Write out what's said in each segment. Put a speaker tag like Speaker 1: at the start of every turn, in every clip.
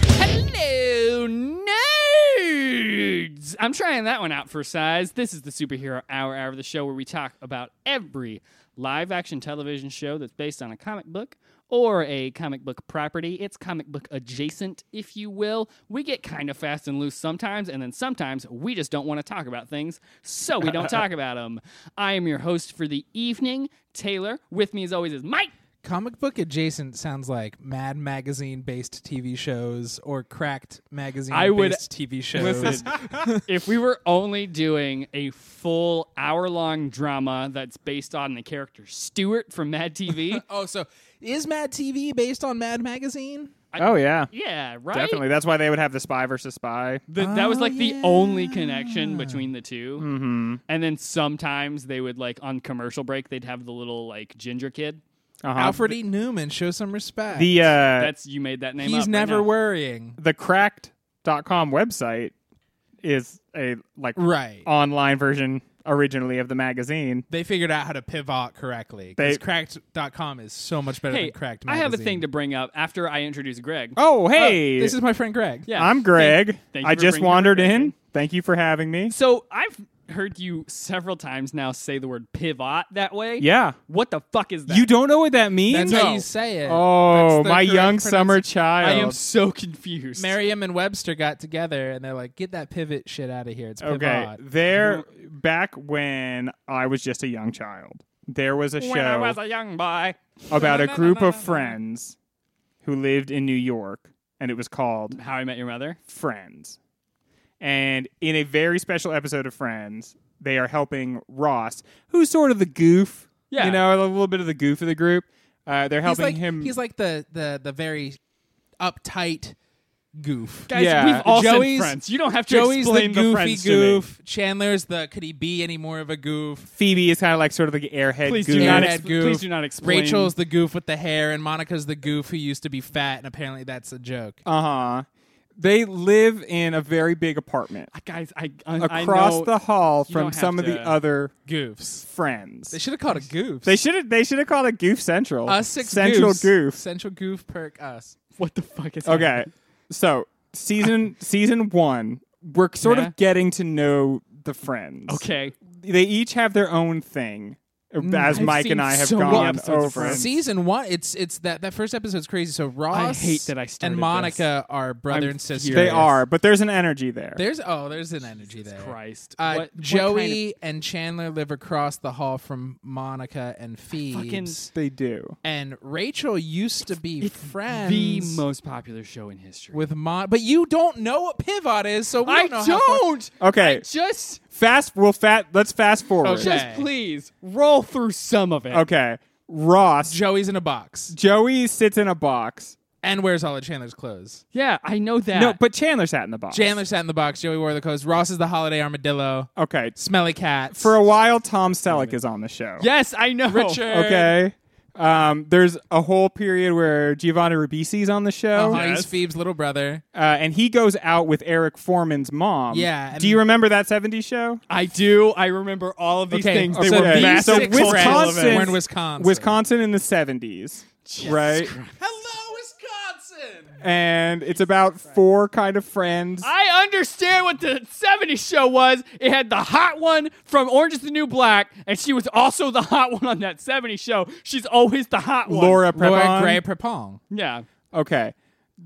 Speaker 1: Hello, nerds! I'm trying that one out for size. This is the Superhero Hour Hour of the show where we talk about every live action television show that's based on a comic book or a comic book property. It's comic book adjacent, if you will. We get kind of fast and loose sometimes, and then sometimes we just don't want to talk about things, so we don't talk about them. I am your host for the evening, Taylor. With me, as always, is Mike.
Speaker 2: Comic book adjacent sounds like Mad Magazine based TV shows or Cracked Magazine
Speaker 1: I would-
Speaker 2: based TV shows.
Speaker 1: Listen, if we were only doing a full hour long drama that's based on the character Stuart from Mad TV,
Speaker 2: Oh, so is Mad TV based on Mad Magazine?
Speaker 3: Oh yeah,
Speaker 1: yeah, right?
Speaker 3: definitely. That's why they would have the spy versus spy.
Speaker 1: Th- that was
Speaker 2: Oh,
Speaker 1: like the
Speaker 2: yeah.
Speaker 1: only connection between the 2 Mm-hmm. And then sometimes they would, like, on commercial break, they'd have the little, like, ginger kid.
Speaker 3: Uh-huh.
Speaker 2: Alfred E. Newman, show some respect.
Speaker 3: the uh,
Speaker 1: That's, you made that name up
Speaker 2: He's
Speaker 1: right
Speaker 2: never
Speaker 1: now.
Speaker 2: worrying.
Speaker 3: the cracked.com website is a like
Speaker 2: Right.
Speaker 3: online version originally of the magazine.
Speaker 2: They figured out how to pivot correctly.
Speaker 3: They-
Speaker 2: Because cracked.com is so much better
Speaker 1: Hey,
Speaker 2: than cracked
Speaker 1: I
Speaker 2: magazine.
Speaker 1: have a thing to bring up after I introduce Greg.
Speaker 3: Oh
Speaker 2: Oh,
Speaker 3: hey,
Speaker 2: this is my friend Greg.
Speaker 1: Yeah.
Speaker 3: I'm
Speaker 1: thank-
Speaker 3: Greg.
Speaker 1: thank you
Speaker 3: I
Speaker 1: for
Speaker 3: just
Speaker 1: bringing
Speaker 3: wandered
Speaker 1: Greg
Speaker 3: in. Thank you for having me.
Speaker 1: So I've heard you several times now say the word pivot that way.
Speaker 3: Yeah,
Speaker 1: What the fuck is that?
Speaker 3: you don't know what that means.
Speaker 2: That's
Speaker 1: No.
Speaker 2: how you say it.
Speaker 3: Oh,
Speaker 2: That's the
Speaker 3: my
Speaker 2: correct
Speaker 3: young summer
Speaker 2: pronunciation.
Speaker 3: child.
Speaker 1: I am so confused.
Speaker 2: Merriam and Webster got together and they're like, get that pivot shit out of here. It's pivot.
Speaker 3: Okay, there back when I was just a young child, there was a show
Speaker 1: when I was a young boy.
Speaker 3: about a group of friends who lived in New York, and it was called
Speaker 1: How I Met Your Mother.
Speaker 3: Friends. And in a very special episode of Friends, they are helping Ross, who's sort of the goof,
Speaker 1: Yeah.
Speaker 3: you know, a little bit of the goof of the group. Uh, they're
Speaker 2: he's
Speaker 3: helping
Speaker 2: like,
Speaker 3: him.
Speaker 2: He's like the the the very uptight goof.
Speaker 1: Guys,
Speaker 3: Yeah.
Speaker 1: we've all
Speaker 2: Joey's-
Speaker 1: said friends. You don't have to
Speaker 2: Joey's the
Speaker 1: explain
Speaker 2: goofy
Speaker 1: friends
Speaker 2: goof. Chandler's the could he be any more of a goof?
Speaker 3: Phoebe is kind of like sort of the airhead
Speaker 1: Please do
Speaker 3: goof.
Speaker 1: not
Speaker 2: Airhead
Speaker 1: ex-
Speaker 2: goof.
Speaker 1: please do not explain.
Speaker 2: Rachel's the goof with the hair, and Monica's the goof who used to be fat, and apparently that's a joke.
Speaker 3: Uh huh. They live in a very big apartment
Speaker 1: to me. Guys, I, I I know-
Speaker 3: across the hall
Speaker 1: you
Speaker 3: from
Speaker 1: don't have
Speaker 3: some of the
Speaker 1: to-
Speaker 3: other
Speaker 2: Goofs.
Speaker 3: friends.
Speaker 2: They should have called it goofs.
Speaker 3: They should have. They should have called it Goof Central.
Speaker 2: us six
Speaker 3: Central
Speaker 2: goofs.
Speaker 3: Goof.
Speaker 2: Central goof perk us.
Speaker 1: What the fuck is
Speaker 3: Okay, so season season one, we're sort
Speaker 1: Yeah.
Speaker 3: of getting to know the friends.
Speaker 1: happening? Okay. Mm,
Speaker 3: they each have their own thing, as
Speaker 1: I've
Speaker 3: Mike
Speaker 1: seen
Speaker 3: and I have
Speaker 1: so many
Speaker 3: gone
Speaker 1: episodes of
Speaker 3: over.
Speaker 1: Friends.
Speaker 2: Season one, it's it's that that first episode's crazy. So Ross
Speaker 1: hate that I started
Speaker 2: and Monica are brother
Speaker 1: I'm
Speaker 2: and sister.
Speaker 3: They are, but there's an energy there.
Speaker 2: There's oh, there's an energy there.
Speaker 1: Christ.
Speaker 2: Uh,
Speaker 1: What- what kind
Speaker 2: Joey and Chandler live across the hall from Monica and
Speaker 1: fucking-
Speaker 2: Phoebes.
Speaker 3: they do.
Speaker 2: And Rachel used to be
Speaker 1: it's
Speaker 2: friends
Speaker 1: the most popular show in history.
Speaker 2: with Mon, but you don't know what pivot is, so we
Speaker 1: I
Speaker 2: don't know how
Speaker 1: don't.
Speaker 3: Okay,
Speaker 1: Just,
Speaker 3: fast. We'll fat. Let's fast forward.
Speaker 2: Okay.
Speaker 1: just please roll through some of it.
Speaker 3: Okay, Ross.
Speaker 2: Joey's in a box
Speaker 3: Joey sits in a box.
Speaker 2: and wears all of Chandler's clothes.
Speaker 1: Yeah, I know that.
Speaker 3: No, but Chandler sat in the box.
Speaker 2: Chandler sat in the box. Joey wore the clothes. Ross is the holiday armadillo.
Speaker 3: Okay,
Speaker 2: Smelly cat
Speaker 3: for a while, Tom Selleck is on the show.
Speaker 1: yes, I know.
Speaker 2: Richard.
Speaker 3: Okay. Um, there's a whole period where Giovanni Ribisi's on the show,
Speaker 2: Uh-huh,
Speaker 3: uh
Speaker 2: He's Phoebe's little brother.
Speaker 3: and he goes out with Eric Foreman's mom.
Speaker 2: Yeah, and-
Speaker 3: Do you remember that '70s show?
Speaker 1: I do. I remember all of these
Speaker 2: Okay,
Speaker 1: things.
Speaker 2: so
Speaker 1: They
Speaker 2: the
Speaker 1: were
Speaker 2: these
Speaker 1: massive
Speaker 3: so
Speaker 2: six
Speaker 1: cultural
Speaker 3: Wisconsin,
Speaker 1: events.
Speaker 2: We're in Wisconsin.
Speaker 3: Wisconsin in the '70s, right?
Speaker 2: Hello, Wisconsin.
Speaker 3: And it's about four kind of friends.
Speaker 1: I understand what the 70s show was. It had the hot one from Orange is the New Black, and she was also the hot one on that 70s show. She's always the hot one.
Speaker 3: Laura
Speaker 2: Laura
Speaker 3: Prepon.
Speaker 2: Gray Prepon.
Speaker 1: Yeah.
Speaker 3: Okay,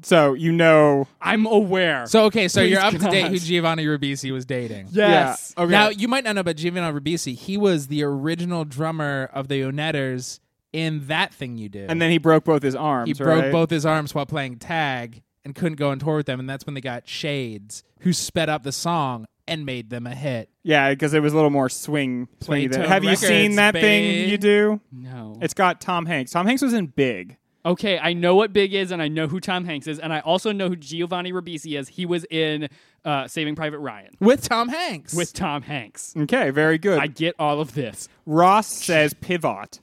Speaker 3: so you know,
Speaker 1: I'm aware.
Speaker 2: So okay, so
Speaker 1: Please
Speaker 2: you're up to date
Speaker 1: God.
Speaker 2: who Giovanni Ribisi was dating.
Speaker 1: yes.
Speaker 3: yeah. Okay.
Speaker 2: Now you might not know about Giovanni Ribisi. He was the original drummer of the Onetters in that thing you do.
Speaker 3: and then he broke both his arms.
Speaker 2: he broke
Speaker 3: right?
Speaker 2: both his arms while playing tag and couldn't go on tour with them, and that's when they got Shades, who sped up the song and made them a hit.
Speaker 3: Yeah, because it was a little more swing. swingy than-
Speaker 2: Playtone
Speaker 3: Have you
Speaker 2: Records,
Speaker 3: seen that
Speaker 2: babe.
Speaker 3: thing you do?
Speaker 1: No.
Speaker 3: It's got Tom Hanks. Tom Hanks was in Big.
Speaker 1: okay, I know what Big is, and I know who Tom Hanks is, and I also know who Giovanni Ribisi is. He was in uh, Saving Private Ryan
Speaker 2: With Tom Hanks.
Speaker 1: with Tom Hanks.
Speaker 3: Okay, very good.
Speaker 1: I get all of this.
Speaker 3: Ross says pivot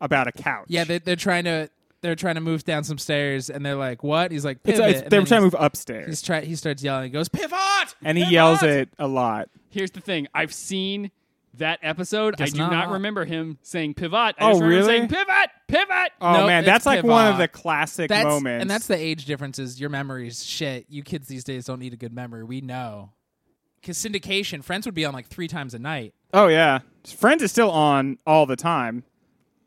Speaker 3: about a couch.
Speaker 2: Yeah, they, they're trying to they're trying to move down some stairs, and they're like, "What?" He's like,
Speaker 3: It's-
Speaker 2: "Pivot."
Speaker 3: it's-
Speaker 2: and
Speaker 3: they're
Speaker 2: then
Speaker 3: trying to
Speaker 2: he's-
Speaker 3: move upstairs,
Speaker 2: He's try. He starts yelling. He goes, "Pivot!"
Speaker 3: and he
Speaker 2: pivot!"
Speaker 3: yells it a lot.
Speaker 1: Here's the thing I've seen that episode. I
Speaker 2: Guess
Speaker 1: do not.
Speaker 2: not.
Speaker 1: remember him saying pivot. I
Speaker 3: Oh,
Speaker 1: just remember him
Speaker 3: really?
Speaker 1: saying pivot, pivot.
Speaker 3: Oh
Speaker 2: No,
Speaker 3: man,
Speaker 2: it's
Speaker 3: that's like one of
Speaker 2: Pivot.
Speaker 3: the classic
Speaker 2: That's
Speaker 3: moments.
Speaker 2: and that's the age differences. Your memories, shit. You kids these days don't need a good memory. We know. Because syndication, Friends would be on like three times a night
Speaker 3: oh yeah, Friends is still on all the time.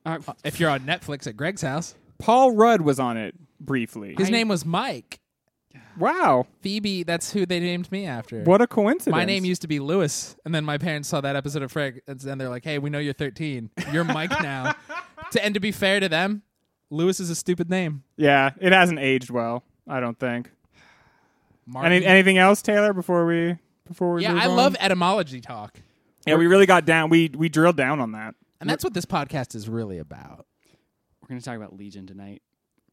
Speaker 1: All right.
Speaker 2: uh, if you're on Netflix at Greg's house.
Speaker 3: Paul Rudd was on it briefly.
Speaker 2: His name was Mike
Speaker 3: wow,
Speaker 2: Phoebe. That's who they named me after.
Speaker 3: what a coincidence!
Speaker 2: My name used to be Lewis, and then my parents saw that episode of Friends, and they're like, "Hey, we know you're 13. You're Mike now." to and to be fair to them, Lewis is a stupid name.
Speaker 3: yeah, it hasn't aged well. I don't think.
Speaker 2: Martin.
Speaker 3: Any, anything else, Taylor? Before we before we
Speaker 2: yeah,
Speaker 3: move
Speaker 2: I
Speaker 3: on?
Speaker 2: love etymology talk,
Speaker 3: Yeah, we really got down. We we drilled down on that.
Speaker 2: and that's what this podcast is really about.
Speaker 1: We're going to talk about Legion tonight.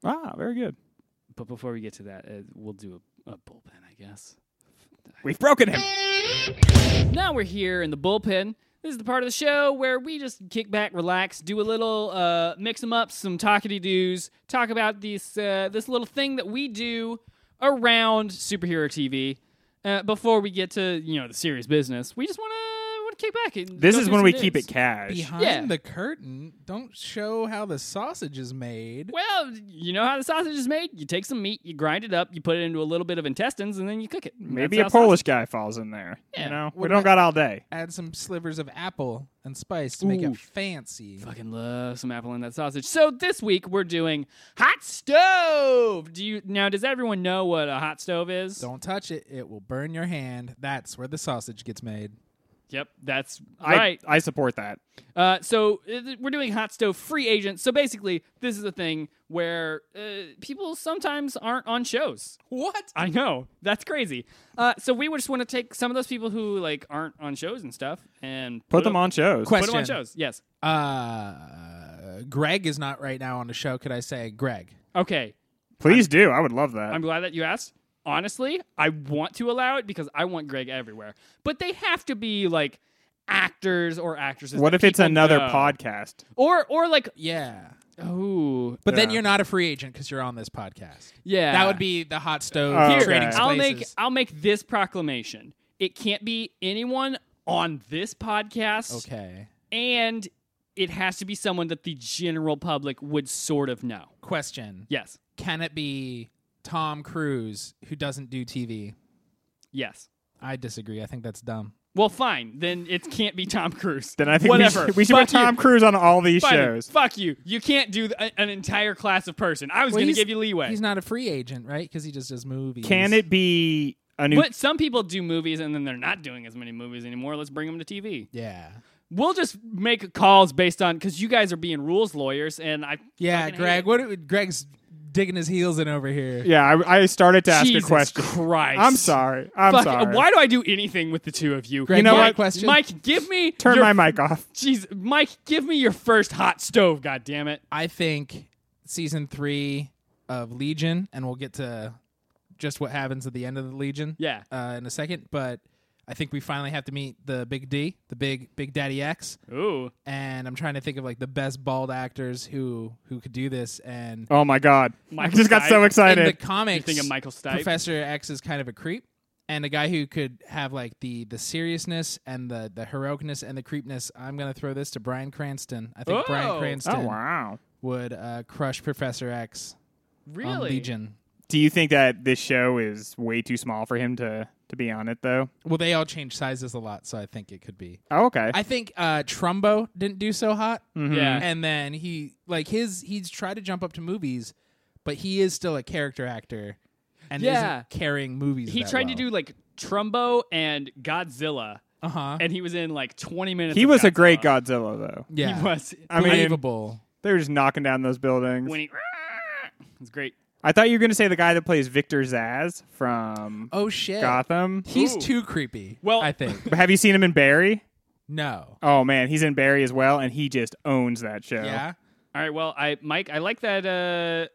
Speaker 3: Ah, very good.
Speaker 1: But before we get to that, uh, we'll do a, a bullpen, I guess.
Speaker 3: We've broken him.
Speaker 1: Now we're here in the bullpen. This is the part of the show where we just kick back, relax, do a little uh, mix them up, some talkity doos, talk about this uh, this little thing that we do around superhero TV. Uh, before we get to you know the serious business, we just want to want to kick back. And
Speaker 3: This
Speaker 1: go
Speaker 3: is
Speaker 1: through
Speaker 3: when
Speaker 1: some
Speaker 3: we keep
Speaker 1: news.
Speaker 3: it cash.
Speaker 2: Behind
Speaker 1: Yeah.
Speaker 2: the curtain, don't show how the sausage is made.
Speaker 1: Well, you know how the sausage is made. You take some meat, you grind it up, you put it into a little bit of intestines, and then you cook it. And
Speaker 3: Maybe a
Speaker 1: that's how
Speaker 3: Polish guy falls in there.
Speaker 1: Yeah.
Speaker 3: You know, we
Speaker 2: What
Speaker 3: don't got all day.
Speaker 2: Add some slivers of apple and spice to make
Speaker 1: Ooh.
Speaker 2: it fancy.
Speaker 1: Fucking love some apple in that sausage. So this week we're doing hot stove. Do you now? Does everyone know what a hot stove is?
Speaker 2: Don't touch it; it will burn your hand. That's where the sausage gets made.
Speaker 1: Yep, that's
Speaker 3: I
Speaker 1: right.
Speaker 3: I support that.
Speaker 1: Uh, so uh, we're doing hot stove free agents. So basically, this is a thing where uh, people sometimes aren't on shows.
Speaker 2: What?
Speaker 1: I know that's crazy. Uh, so we would just want to take some of those people who like aren't on shows and stuff and
Speaker 3: Put them on shows.
Speaker 1: Put them on
Speaker 2: Question.
Speaker 1: shows. Yes.
Speaker 2: Uh, Greg is not right now on the show. Could I say Greg?
Speaker 1: Okay.
Speaker 3: Please do. I would love that.
Speaker 1: I'm glad that you asked. Honestly, I want to allow it because I want Greg everywhere. But they have to be like actors or actresses.
Speaker 3: what
Speaker 1: that
Speaker 3: if it's
Speaker 1: people
Speaker 3: another
Speaker 1: know.
Speaker 3: podcast?
Speaker 1: Or or like
Speaker 2: Yeah,
Speaker 1: oh
Speaker 2: but then
Speaker 3: Yeah.
Speaker 2: you're not a free agent because you're on this podcast.
Speaker 1: yeah.
Speaker 2: That would be the hot stove
Speaker 3: Oh,
Speaker 1: Here,
Speaker 2: trading
Speaker 3: okay.
Speaker 1: I'll
Speaker 2: places.
Speaker 1: make I'll make this proclamation. It can't be anyone on this podcast
Speaker 2: okay.
Speaker 1: and it has to be someone that the general public would sort of know.
Speaker 2: Question:
Speaker 1: Yes.
Speaker 2: Can it be Tom Cruise who doesn't do TV?
Speaker 1: Yes.
Speaker 2: I disagree. I think that's dumb.
Speaker 1: Well, fine. Then it can't be Tom Cruise.
Speaker 3: Then I think
Speaker 1: whatever.
Speaker 3: we should, we should
Speaker 1: Fuck
Speaker 3: put
Speaker 1: you.
Speaker 3: Tom Cruise on all these
Speaker 1: Fine.
Speaker 3: shows.
Speaker 1: Fuck you. You can't do th- an entire class of person. I was
Speaker 2: Well,
Speaker 1: going to
Speaker 2: he's-
Speaker 1: give you leeway.
Speaker 2: He's not a free agent, right? Because he just does movies.
Speaker 3: Can it be a new?
Speaker 1: But some people do movies and then they're not doing as many movies anymore. Let's bring them to TV.
Speaker 2: Yeah.
Speaker 1: We'll just make calls based on because you guys are being rules lawyers and I.
Speaker 2: Yeah,
Speaker 1: fucking hate
Speaker 2: Greg.
Speaker 1: it.
Speaker 2: What? do- Greg's digging his heels in over here.
Speaker 3: Yeah, I, I started to ask
Speaker 1: Jesus
Speaker 3: a question.
Speaker 1: Christ.
Speaker 3: I'm sorry. I'm
Speaker 1: Fuck,
Speaker 3: sorry.
Speaker 1: Why do I do anything with the two of you?
Speaker 2: Greg,
Speaker 3: know
Speaker 1: Mike,
Speaker 3: what?
Speaker 2: question?
Speaker 1: Mike, give me
Speaker 3: Turn
Speaker 1: your,
Speaker 3: my mic off.
Speaker 1: Jeez, Mike, give me your first hot stove. God damn it.
Speaker 2: I think season three of Legion, and we'll get to just what happens at the end of the Legion
Speaker 1: Yeah.
Speaker 2: uh, in a second. But I think we finally have to meet the Big D, the Big Big Daddy X,
Speaker 1: Ooh.
Speaker 2: and I'm trying to think of like the best bald actors who who could do this. And
Speaker 3: Oh my god! I
Speaker 1: Michael
Speaker 3: just got so
Speaker 1: Stipe.
Speaker 2: in the
Speaker 3: excited.
Speaker 1: You
Speaker 2: comics,
Speaker 1: think of Michael Stipe?
Speaker 2: Professor X is kind of a creep. And a guy who could have like the the seriousness and the the heroicness and the creepness. I'm gonna throw this to Brian Cranston. I think
Speaker 1: Oh.
Speaker 2: Brian
Speaker 1: Oh,
Speaker 2: Cranston
Speaker 3: oh wow!
Speaker 2: would uh, crush Professor X
Speaker 1: Really?
Speaker 2: on Legion.
Speaker 3: Do you think that this show is way too small for him to to be on it though?
Speaker 2: Well, they all change sizes a lot, so I think it could be.
Speaker 3: Oh, okay.
Speaker 2: I think uh, Trumbo didn't do so hot,
Speaker 3: Mm-hmm.
Speaker 1: Yeah.
Speaker 2: and then he like his he's tried to jump up to movies, but he is still a character actor, and
Speaker 1: Yeah.
Speaker 2: isn't carrying movies.
Speaker 1: He tried to do like Trumbo and Godzilla,
Speaker 2: uh huh,
Speaker 1: and he was in like 20 minutes.
Speaker 3: he
Speaker 1: of
Speaker 3: was a
Speaker 1: Godzilla.
Speaker 3: great Godzilla though.
Speaker 2: yeah,
Speaker 1: He was.
Speaker 3: I mean,
Speaker 2: believable.
Speaker 3: they were just knocking down those buildings.
Speaker 1: When he, it's great.
Speaker 3: I thought you were going to say the guy that plays Victor Zaz from
Speaker 2: oh shit,
Speaker 3: Gotham.
Speaker 2: he's
Speaker 1: Ooh.
Speaker 2: too creepy.
Speaker 1: Well-
Speaker 2: I think
Speaker 3: But Have you seen him in Barry?
Speaker 2: no.
Speaker 3: Oh man, he's in Barry as well, and he just owns that show.
Speaker 2: Yeah,
Speaker 1: All right, well, I Mike, I like that. uh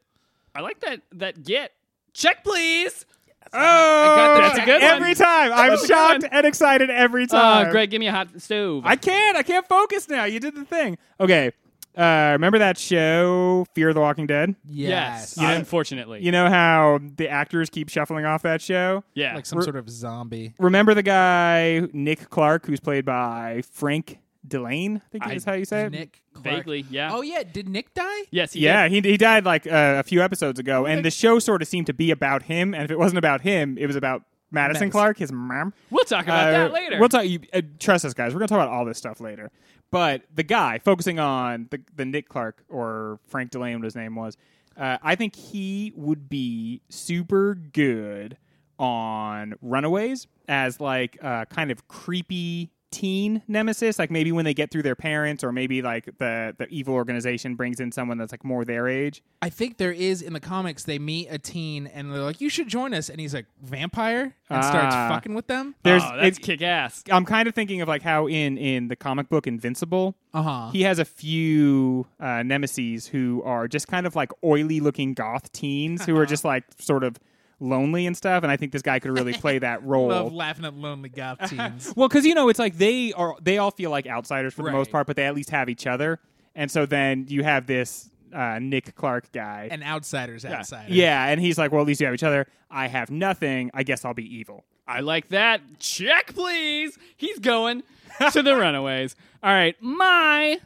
Speaker 1: I like that that get check, please.
Speaker 3: Oh,
Speaker 2: got that.
Speaker 1: That's a good
Speaker 3: every
Speaker 1: one.
Speaker 3: time I'm
Speaker 1: a good
Speaker 3: shocked
Speaker 1: one.
Speaker 3: and excited every time.
Speaker 1: Uh, Greg, give me a hot stove.
Speaker 3: I can't. I can't focus now. You did the thing. Okay. Uh, remember that show, Fear the Walking Dead?
Speaker 1: yes,
Speaker 2: yes,
Speaker 3: You know-
Speaker 1: unfortunately,
Speaker 3: You know how the actors keep shuffling off that show?
Speaker 1: yeah.
Speaker 2: like some
Speaker 3: Re-
Speaker 2: sort of zombie.
Speaker 3: Remember the guy Nick Clark, who's played by Frank Delane, I think is how you say it.
Speaker 2: Nick Clark.
Speaker 1: Vaguely, yeah.
Speaker 2: Oh yeah, did Nick die?
Speaker 1: Yes, he
Speaker 3: yeah,
Speaker 1: did.
Speaker 3: he, he died like uh, a few episodes ago, and the show sort of seemed to be about him. And if it wasn't about him, it was about Madison,
Speaker 2: Madison.
Speaker 3: Clark, his mom.
Speaker 1: We'll talk about
Speaker 3: Uh,
Speaker 1: that later.
Speaker 3: We'll talk. You, uh, trust us, guys. We're gonna talk about all this stuff later. But the guy focusing on the, the Nick Clark or Frank Delane, what his name was, uh, I think he would be super good on Runaways as like a kind of creepy teen nemesis. Like maybe when they get through their parents, or maybe like the the evil organization brings in someone that's like more their age.
Speaker 2: I think there is in the comics they meet a teen and they're like, "You should join us," and he's like, "Vampire," and starts
Speaker 3: Ah.
Speaker 2: fucking with them.
Speaker 3: There's
Speaker 1: oh, that's
Speaker 3: it-
Speaker 1: kick ass.
Speaker 3: I'm kind of thinking of like how in in the comic book Invincible,
Speaker 2: Uh huh.
Speaker 3: he has a few uh, nemesis who are just kind of like oily looking goth teens who are just like sort of lonely and stuff. And I think this guy could really play that
Speaker 2: Love
Speaker 3: role.
Speaker 2: laughing at lonely goth teens.
Speaker 3: Well, because you know, it's like they are they all feel like outsiders for the most
Speaker 2: Right.
Speaker 3: part, but they at least have each other. And so then you have this uh, Nick Clark guy.
Speaker 2: and outsiders outside.
Speaker 3: yeah, and he's like, "Well, at least you have each other. I have nothing. I guess I'll be evil."
Speaker 1: I like that. Check, please. He's going to the Runaways. All right, my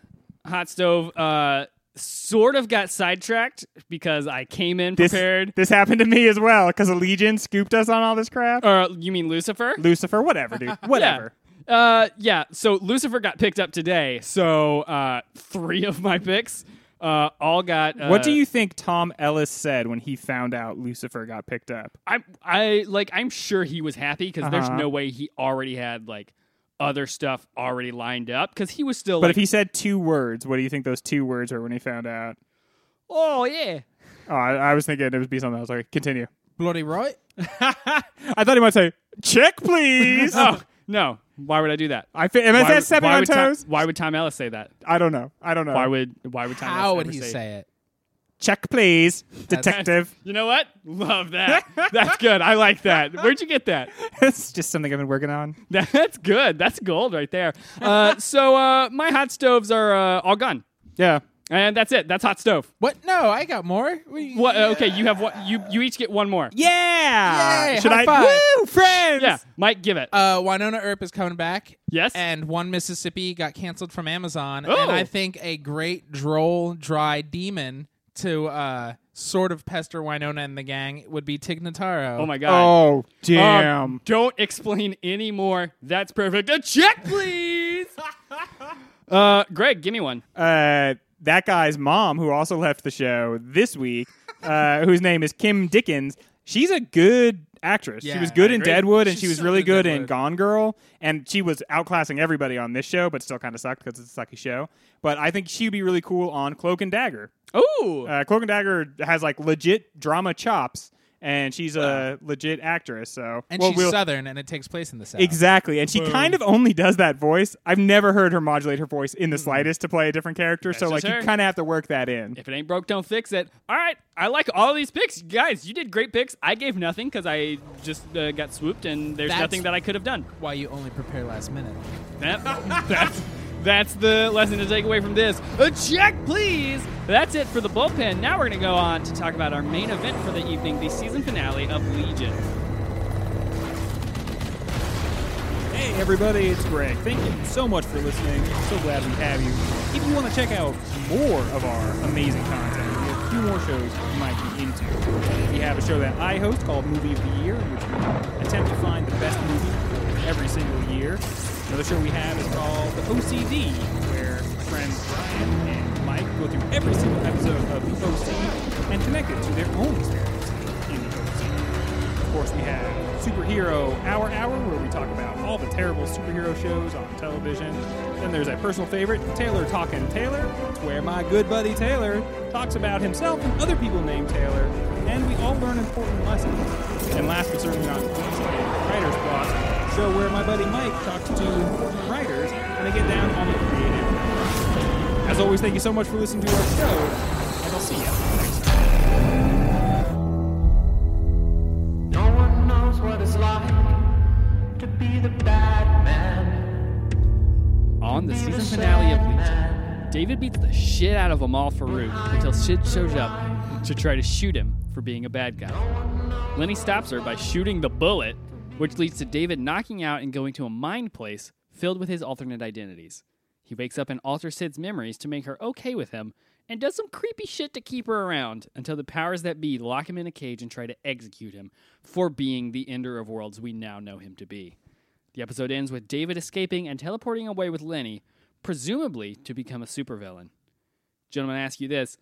Speaker 1: hot stove uh, sort of got sidetracked because I came in
Speaker 3: This
Speaker 1: prepared.
Speaker 3: this happened to me as well because Legion scooped us on all this crap.
Speaker 1: or you mean Lucifer?
Speaker 3: Lucifer, whatever, dude, whatever.
Speaker 1: Yeah. Uh, yeah. So Lucifer got picked up today. So uh, three of my picks uh, all got. Uh,
Speaker 3: What do you think Tom Ellis said when he found out Lucifer got picked up?
Speaker 1: I I like. I'm sure he was happy because there's
Speaker 3: Uh-huh.
Speaker 1: no way he already had like other stuff already lined up because he was still.
Speaker 3: But
Speaker 1: like,
Speaker 3: if he said two words, what do you think those two words were when he found out?
Speaker 1: oh yeah.
Speaker 3: Oh, I, I was thinking it would be something else. Okay, continue.
Speaker 2: bloody right.
Speaker 3: I thought he might say, check, please.
Speaker 1: Oh no! Why would I do that?
Speaker 3: I fi- am I
Speaker 1: Why would-
Speaker 3: stepping
Speaker 1: why
Speaker 3: on
Speaker 1: would Tom-
Speaker 3: toes? Oh.
Speaker 1: why would Tom Ellis say that?
Speaker 3: I don't know. I don't know.
Speaker 1: Why would Why would Tom
Speaker 2: How
Speaker 1: Ellis
Speaker 2: would
Speaker 1: ever
Speaker 2: he say it?
Speaker 3: check, please, detective.
Speaker 1: You know what? Love that. That's good. I like that. Where'd you get that?
Speaker 3: it's just something I've been working on.
Speaker 1: That's good. That's gold right there. Uh, so uh, my hot stoves are uh, all gone,
Speaker 3: Yeah.
Speaker 1: and that's it. That's hot stove.
Speaker 2: What? No, I got more. We-
Speaker 1: What? uh, Okay, you have one. You you each get one more.
Speaker 2: uh,
Speaker 3: Yeah.
Speaker 2: Yay,
Speaker 3: Should
Speaker 2: high
Speaker 3: I?
Speaker 2: five.
Speaker 3: Woo, friends.
Speaker 1: Yeah, Mike, give it.
Speaker 2: Uh, Winona Earp is coming back.
Speaker 1: Yes.
Speaker 2: And One Mississippi got canceled from Amazon.
Speaker 1: Oh.
Speaker 2: And I think a great droll, dry demon to uh, sort of pester Winona and the gang would be Tig Notaro.
Speaker 1: oh my god.
Speaker 3: Oh,
Speaker 1: Um,
Speaker 3: damn.
Speaker 1: don't explain any more. That's perfect. A check, please. uh, Greg, give me one.
Speaker 3: uh, that guy's mom, who also left the show this week, uh, whose name is Kim Dickens. She's a good actress. she
Speaker 2: Yeah,
Speaker 3: was good
Speaker 2: I
Speaker 3: in
Speaker 2: agree.
Speaker 3: Deadwood, and
Speaker 2: She's
Speaker 3: she was
Speaker 2: so
Speaker 3: really
Speaker 2: good in
Speaker 3: good in
Speaker 2: Deadwood.
Speaker 3: Gone Girl, and she was outclassing everybody on this show, but still kind of sucked because it's a sucky show. But I think she'd be really cool on Cloak and Dagger.
Speaker 1: Oh,
Speaker 3: Uh, Cloak and Dagger has like legit drama chops, and she's a legit actress. So
Speaker 2: And
Speaker 3: well,
Speaker 2: she's
Speaker 3: we'll-
Speaker 2: Southern, and it takes place in the South.
Speaker 3: Exactly. And she
Speaker 2: Boom.
Speaker 3: kind of only does that voice. I've never heard her modulate her voice in the slightest to play a different character. so,
Speaker 1: Mm-hmm. just
Speaker 3: like,
Speaker 1: her.
Speaker 3: you kind of have to work that in.
Speaker 1: if it ain't broke, don't fix it. All right, I like all these picks, guys. You did great picks. I gave nothing because I just uh, got swooped, and there's
Speaker 2: That's-
Speaker 1: nothing that I could have done.
Speaker 2: Why you only prepare last minute.
Speaker 1: Yep. that's, that's the lesson to take away from this. A check, please. That's it for the bullpen. Now we're going to go on to talk about our main event for the evening, the season finale of Legion.
Speaker 3: Hey, everybody, it's Greg. Thank you so much for listening. So glad we have you. If you want to check out more of our amazing content, we have a few more shows you might be into. We have a show that I host called Movie of the Year, in which we attempt to find the best movie every single year. Another show we have is called The OCD, where my friends Brian and Mike go through every single episode of The OC and connect it to their own experience in The OC. Of course, we have Superhero Hour Hour, where we talk about all the terrible superhero shows on television. Then there's a personal favorite, Taylor Talkin' Taylor. It's where my good buddy Taylor talks about himself and other people named Taylor, and we all learn important lessons. And last but certainly not least, Writer's Block, show where my buddy Mike talks to important writers and they get down on the creative. As always, thank you so much for listening to our show, and I'll see you next time.
Speaker 4: No one knows what it's like to be the bad man.
Speaker 1: On the season finale of Legion, David beats the shit out of Amal Farouk until Sid shows up to try to shoot him for being a bad guy. Lenny stops her by shooting the bullet, which leads to David knocking out and going to a mind place filled with his alternate identities. He wakes up and alters Sid's memories to make her okay with him and does some creepy shit to keep her around until the powers that be lock him in a cage and try to execute him for being the ender of worlds we now know him to be. The episode ends with David escaping and teleporting away with Lenny, presumably to become a supervillain. Gentlemen, I ask you this.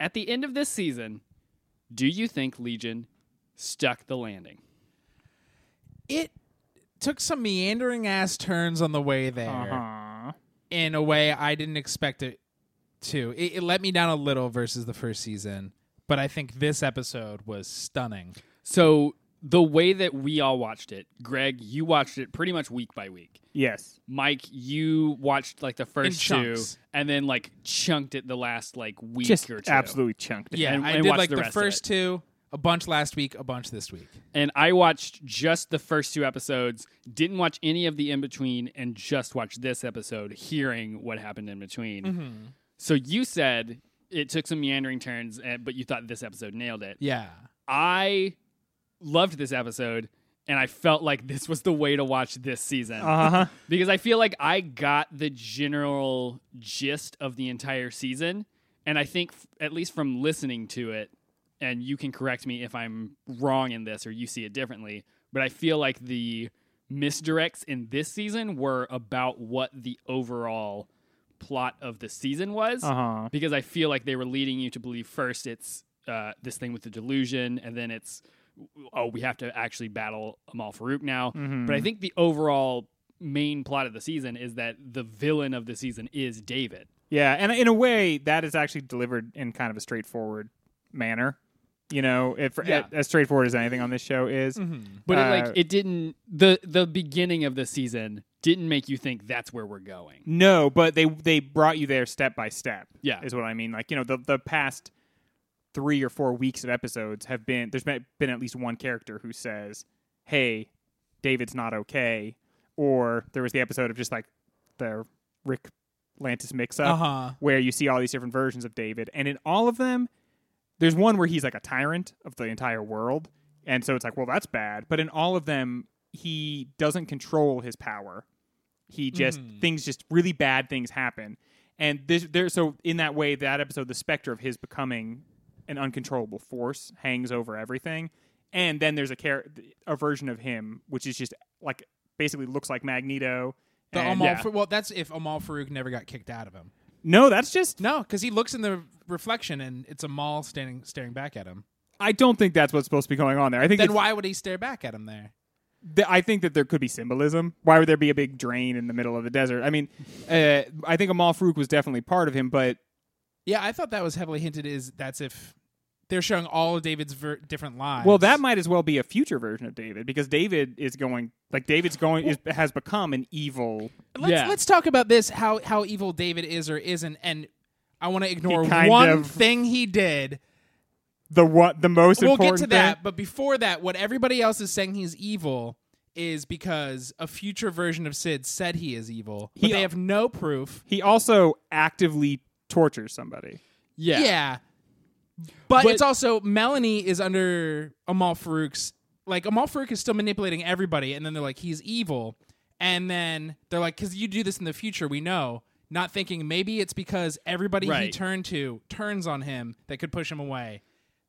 Speaker 1: At the end of this season, do you think Legion stuck the landing?
Speaker 2: It took some meandering ass turns on the way there
Speaker 3: Uh-huh.
Speaker 2: in a way I didn't expect it to. It, it let me down a little versus the first season, but I think this episode was stunning.
Speaker 1: So the way that we all watched it, Greg, you watched it pretty much week by week.
Speaker 3: Yes.
Speaker 1: Mike, you watched like the first two
Speaker 2: chunks.
Speaker 1: and then like chunked it the last like week
Speaker 3: Just
Speaker 1: or two.
Speaker 3: absolutely chunked it.
Speaker 2: Yeah,
Speaker 1: And-
Speaker 2: I
Speaker 1: and
Speaker 2: did
Speaker 1: watch
Speaker 2: like
Speaker 1: the
Speaker 2: the,
Speaker 1: rest of
Speaker 2: first
Speaker 1: it.
Speaker 2: two, a bunch last week, a bunch this week.
Speaker 1: And I watched just the first two episodes, didn't watch any of the in between, and just watched this episode, hearing what happened in between.
Speaker 2: Mm-hmm.
Speaker 1: So you said it took some meandering turns, eh, but you thought this episode nailed it.
Speaker 2: Yeah.
Speaker 1: I loved this episode, and I felt like this was the way to watch this season
Speaker 3: Uh-huh.
Speaker 1: because I feel like I got the general gist of the entire season, and I think f- at least from listening to it, and you can correct me if I'm wrong in this or you see it differently, but I feel like the misdirects in this season were about what the overall plot of the season was
Speaker 3: Uh-huh.
Speaker 1: because I feel like they were leading you to believe first it's uh, this thing with the delusion, and then it's oh we have to actually battle Amal Farouk now. But I think the overall main plot of the season is that the villain of the season is David.
Speaker 3: Yeah, and in a way, that is actually delivered in kind of a straightforward manner. You know, if
Speaker 1: Yeah. Mm-hmm.
Speaker 3: as straightforward as anything on this show is.
Speaker 1: But it,
Speaker 3: Uh,
Speaker 1: like it didn't the the beginning of the season didn't make you think that's where we're going.
Speaker 3: No, but they they brought you there step by step.
Speaker 1: Yeah.
Speaker 3: is what I mean. Like you know, the the past three or four weeks of episodes have been there's been, been at least one character who says, "Hey, David's not okay," or there was the episode of just like the Rick Lantis mix up
Speaker 2: Uh-huh.
Speaker 3: where you see all these different versions of David, and in all of them, there's one where he's like a tyrant of the entire world, and so it's like, well, that's bad. But in all of them, he doesn't control his power. He just things just really bad things happen, and this there. So in that way, that episode, the specter of his becoming an uncontrollable force hangs over everything, and then there's a char- a version of him which is just like basically looks like Magneto.
Speaker 2: The
Speaker 3: and-
Speaker 2: Amal
Speaker 1: yeah.
Speaker 2: Fa- well, that's if Amal Farouk never got kicked out of him.
Speaker 3: no, that's just
Speaker 2: No, because he looks in the reflection and it's Amal standing staring back at him.
Speaker 3: I don't think that's what's supposed to be going on there. I think
Speaker 2: Then
Speaker 3: it's-
Speaker 2: why would he stare back at him there?
Speaker 3: th- I think that there could be symbolism. Why would there be a big drain in the middle of the desert? I mean, uh, I think Amal Farouk was definitely part of him, but
Speaker 2: Yeah, I thought that was heavily hinted. Is that's if they're showing all of David's ver- different lives?
Speaker 3: well, that might as well be a future version of David because David is going like David's going is, has become an evil.
Speaker 2: Let's,
Speaker 1: Yeah.
Speaker 2: let's talk about this how how evil David is or isn't, and I want to ignore
Speaker 3: kind
Speaker 2: one
Speaker 3: of-
Speaker 2: thing he did.
Speaker 3: The what the most
Speaker 2: We'll get
Speaker 3: important
Speaker 2: to
Speaker 3: thing-
Speaker 2: that, but before that, what everybody else is saying he's evil is because a future version of Sid said he is evil, but
Speaker 3: He-
Speaker 2: they have no proof.
Speaker 3: He also actively tortures somebody.
Speaker 1: Yeah.
Speaker 2: But,
Speaker 1: But-
Speaker 2: it's also Melanie is under Amal Farouk's like Amal Farouk is still manipulating everybody and then they're like he's evil and then they're like cuz you do this in the future we know not thinking maybe it's because everybody he
Speaker 1: Right.
Speaker 2: turned to turns on him that could push him away.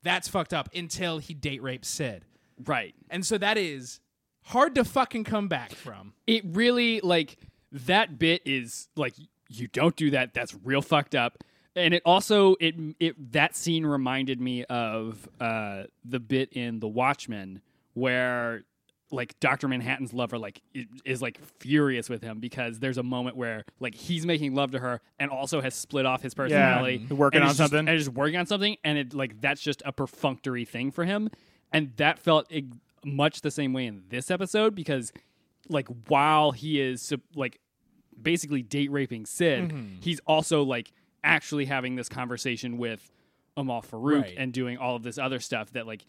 Speaker 2: That's fucked up until he date rapes Sid.
Speaker 1: Right.
Speaker 2: And so that is hard to fucking come back from.
Speaker 1: it really like that bit is like you don't do that that's real fucked up and it also it it that scene reminded me of uh the bit in the watchmen where like Dr. Manhattan's lover like i- is like furious with him because there's a moment where like he's making love to her and also has split off his personality
Speaker 3: Mhm. Working
Speaker 1: and
Speaker 3: on
Speaker 1: is just-
Speaker 3: something.
Speaker 1: and is working on something and it like that's just a perfunctory thing for him and that felt ex- much the same way in this episode because like while he is sup- like basically date raping Sid, he's also like actually having this conversation with Amal Farouk
Speaker 2: Right.
Speaker 1: and doing all of this other stuff that like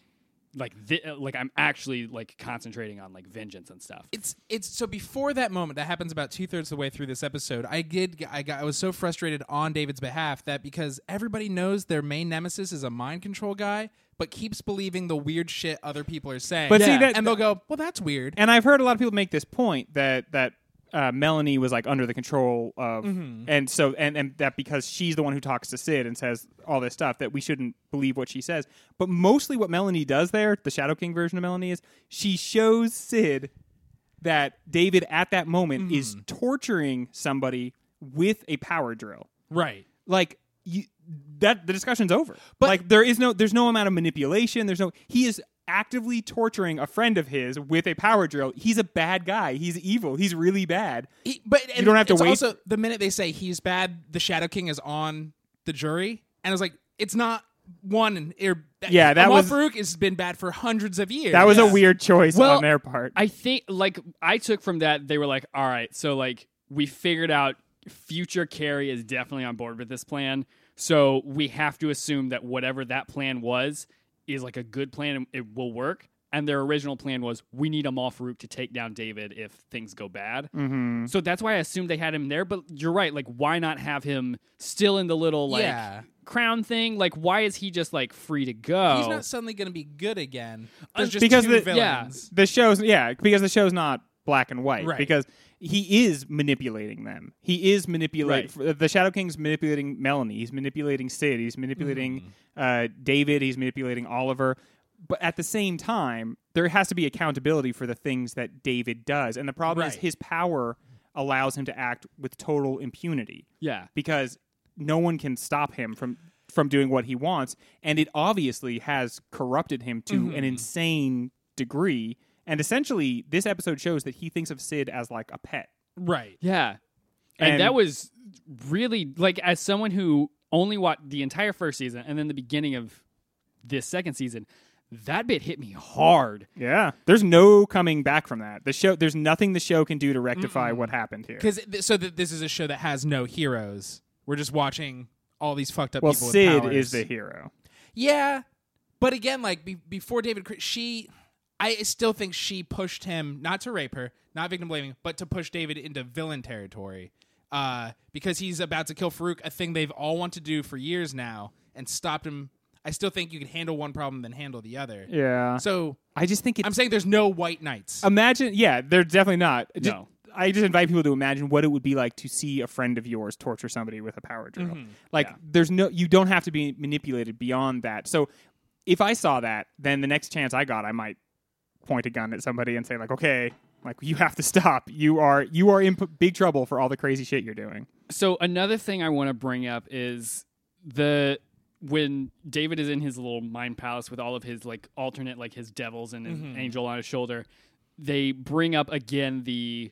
Speaker 1: like thi- uh, like I'm actually like concentrating on like vengeance and stuff.
Speaker 2: it's it's so before that moment that happens about two thirds of the way through this episode. I did I got I was so frustrated on David's behalf that because everybody knows their main nemesis is a mind control guy, but keeps believing the weird shit other people are saying.
Speaker 3: But see, Yeah. that-
Speaker 2: and they'll go, well, that's weird.
Speaker 3: And I've heard a lot of people make this point that that uh, Melanie was like under the control of, and so and and that because she's the one who talks to Sid and says all this stuff that we shouldn't believe what she says. But mostly what Melanie does there, the Shadow King version of Melanie is she shows Sid that David at that moment is torturing somebody with a power drill.
Speaker 2: Right.
Speaker 3: Like you, that the discussion's over. But like there is no there's no amount of manipulation. There's no he is actively torturing a friend of his with a power drill. He's a bad guy. He's evil. He's really bad.
Speaker 2: He, but and
Speaker 3: don't have to
Speaker 2: it's
Speaker 3: wait-
Speaker 2: Also, the minute they say he's bad, the Shadow King is on the jury, and I was like, it's not one. Or,
Speaker 3: Yeah, that
Speaker 2: Amal
Speaker 3: was-
Speaker 2: Farouk has been bad for hundreds of years.
Speaker 3: That was
Speaker 2: Yeah.
Speaker 3: a weird choice
Speaker 1: Well,
Speaker 3: on their part.
Speaker 1: I think like I took from that they were like, all right, so like we figured out future Carrie is definitely on board with this plan. So we have to assume that whatever that plan was is like a good plan and it will work. And their original plan was we need Amal Farouk to take down David if things go bad.
Speaker 2: Mm-hmm.
Speaker 1: So that's why I assumed they had him there. But you're right. Like, why not have him still in the little like
Speaker 2: Yeah.
Speaker 1: crown thing? Like, why is he just like free to go?
Speaker 2: He's not suddenly going to be good again. There's just
Speaker 3: because
Speaker 2: two
Speaker 3: the-
Speaker 1: yeah.
Speaker 2: villains.
Speaker 3: the show's yeah because the show's not black and white
Speaker 2: Right.
Speaker 3: because he is manipulating them he is manipulating the shadow king's manipulating melanie he's manipulating sid he's
Speaker 2: Mm-hmm.
Speaker 3: manipulating uh, david he's manipulating oliver but at the same time there has to be accountability for the things that david does and the problem is
Speaker 2: Right.
Speaker 3: his power allows him to act with total impunity
Speaker 1: yeah.
Speaker 3: because no one can stop him from from doing what he wants and it obviously has corrupted him to
Speaker 2: Mm-hmm.
Speaker 3: an insane degree and essentially this episode shows that he thinks of Sid as like a pet
Speaker 2: Right.
Speaker 1: Yeah. And,
Speaker 3: And-
Speaker 1: that was really like as someone who only watched the entire first season and then the beginning of this second season, that bit hit me hard.
Speaker 3: yeah there's no coming back from that the show there's nothing the show can do to rectify what happened here
Speaker 2: Because th- so that this is a show that has no heroes. We're just watching all these fucked up
Speaker 3: well
Speaker 2: people. with
Speaker 3: Sid is
Speaker 2: powers.
Speaker 3: the hero
Speaker 2: Yeah, but again, like be- before David, Cr- she, I still think she pushed him not to rape her, not victim blaming, but to push David into villain territory, uh, because he's about to kill Farouk, a thing they've all wanted to do for years now, and stopped him. I still think you can handle one problem then handle the other.
Speaker 3: yeah
Speaker 2: So
Speaker 3: I just think it's
Speaker 2: I'm saying there's no white knights.
Speaker 3: imagine yeah they're definitely not Just-
Speaker 1: No.
Speaker 3: I just invite people to imagine what it would be like to see a friend of yours torture somebody with a power drill. Like there's no you don't have to be manipulated beyond that. So if I saw that, then the next chance I got I might point a gun at somebody and say like, "Okay, like you have to stop. You are you are in p- big trouble for all the crazy shit you're doing."
Speaker 1: So another thing I want to bring up is the when David is in his little mind palace with all of his like alternate like his devils and his
Speaker 3: Mm-hmm.
Speaker 1: angel on his shoulder, they bring up again the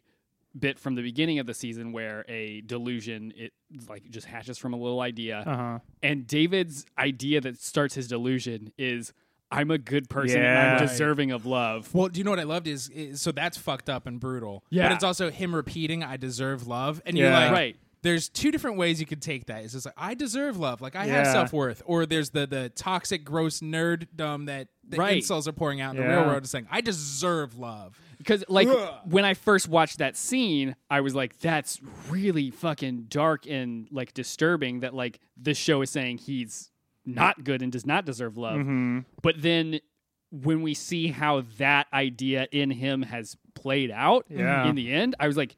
Speaker 1: bit from the beginning of the season where a delusion it like just hatches from a little idea.
Speaker 3: Uh-huh.
Speaker 1: And David's idea that starts his delusion is I'm a good person
Speaker 3: Yeah.
Speaker 1: and I'm deserving of love.
Speaker 2: Well, do you know what I loved is, is so that's fucked up and brutal.
Speaker 1: Yeah.
Speaker 2: But it's also him repeating I deserve love and you're
Speaker 3: Yeah.
Speaker 2: like
Speaker 1: Right.
Speaker 2: there's two different ways you could take that. It's just like I deserve love, like I have
Speaker 3: Yeah.
Speaker 2: self-worth or there's the the toxic gross nerddom that the
Speaker 1: Right.
Speaker 2: insults are pouring out in the
Speaker 3: Yeah.
Speaker 2: real world is saying I deserve love.
Speaker 1: Because like
Speaker 2: Ugh.
Speaker 1: when I first watched that scene, I was like, "That's really fucking dark and like disturbing." That like this show is saying he's not good and does not deserve love.
Speaker 3: Mm-hmm.
Speaker 1: But then when we see how that idea in him has played out
Speaker 3: Yeah.
Speaker 1: in the end, I was like,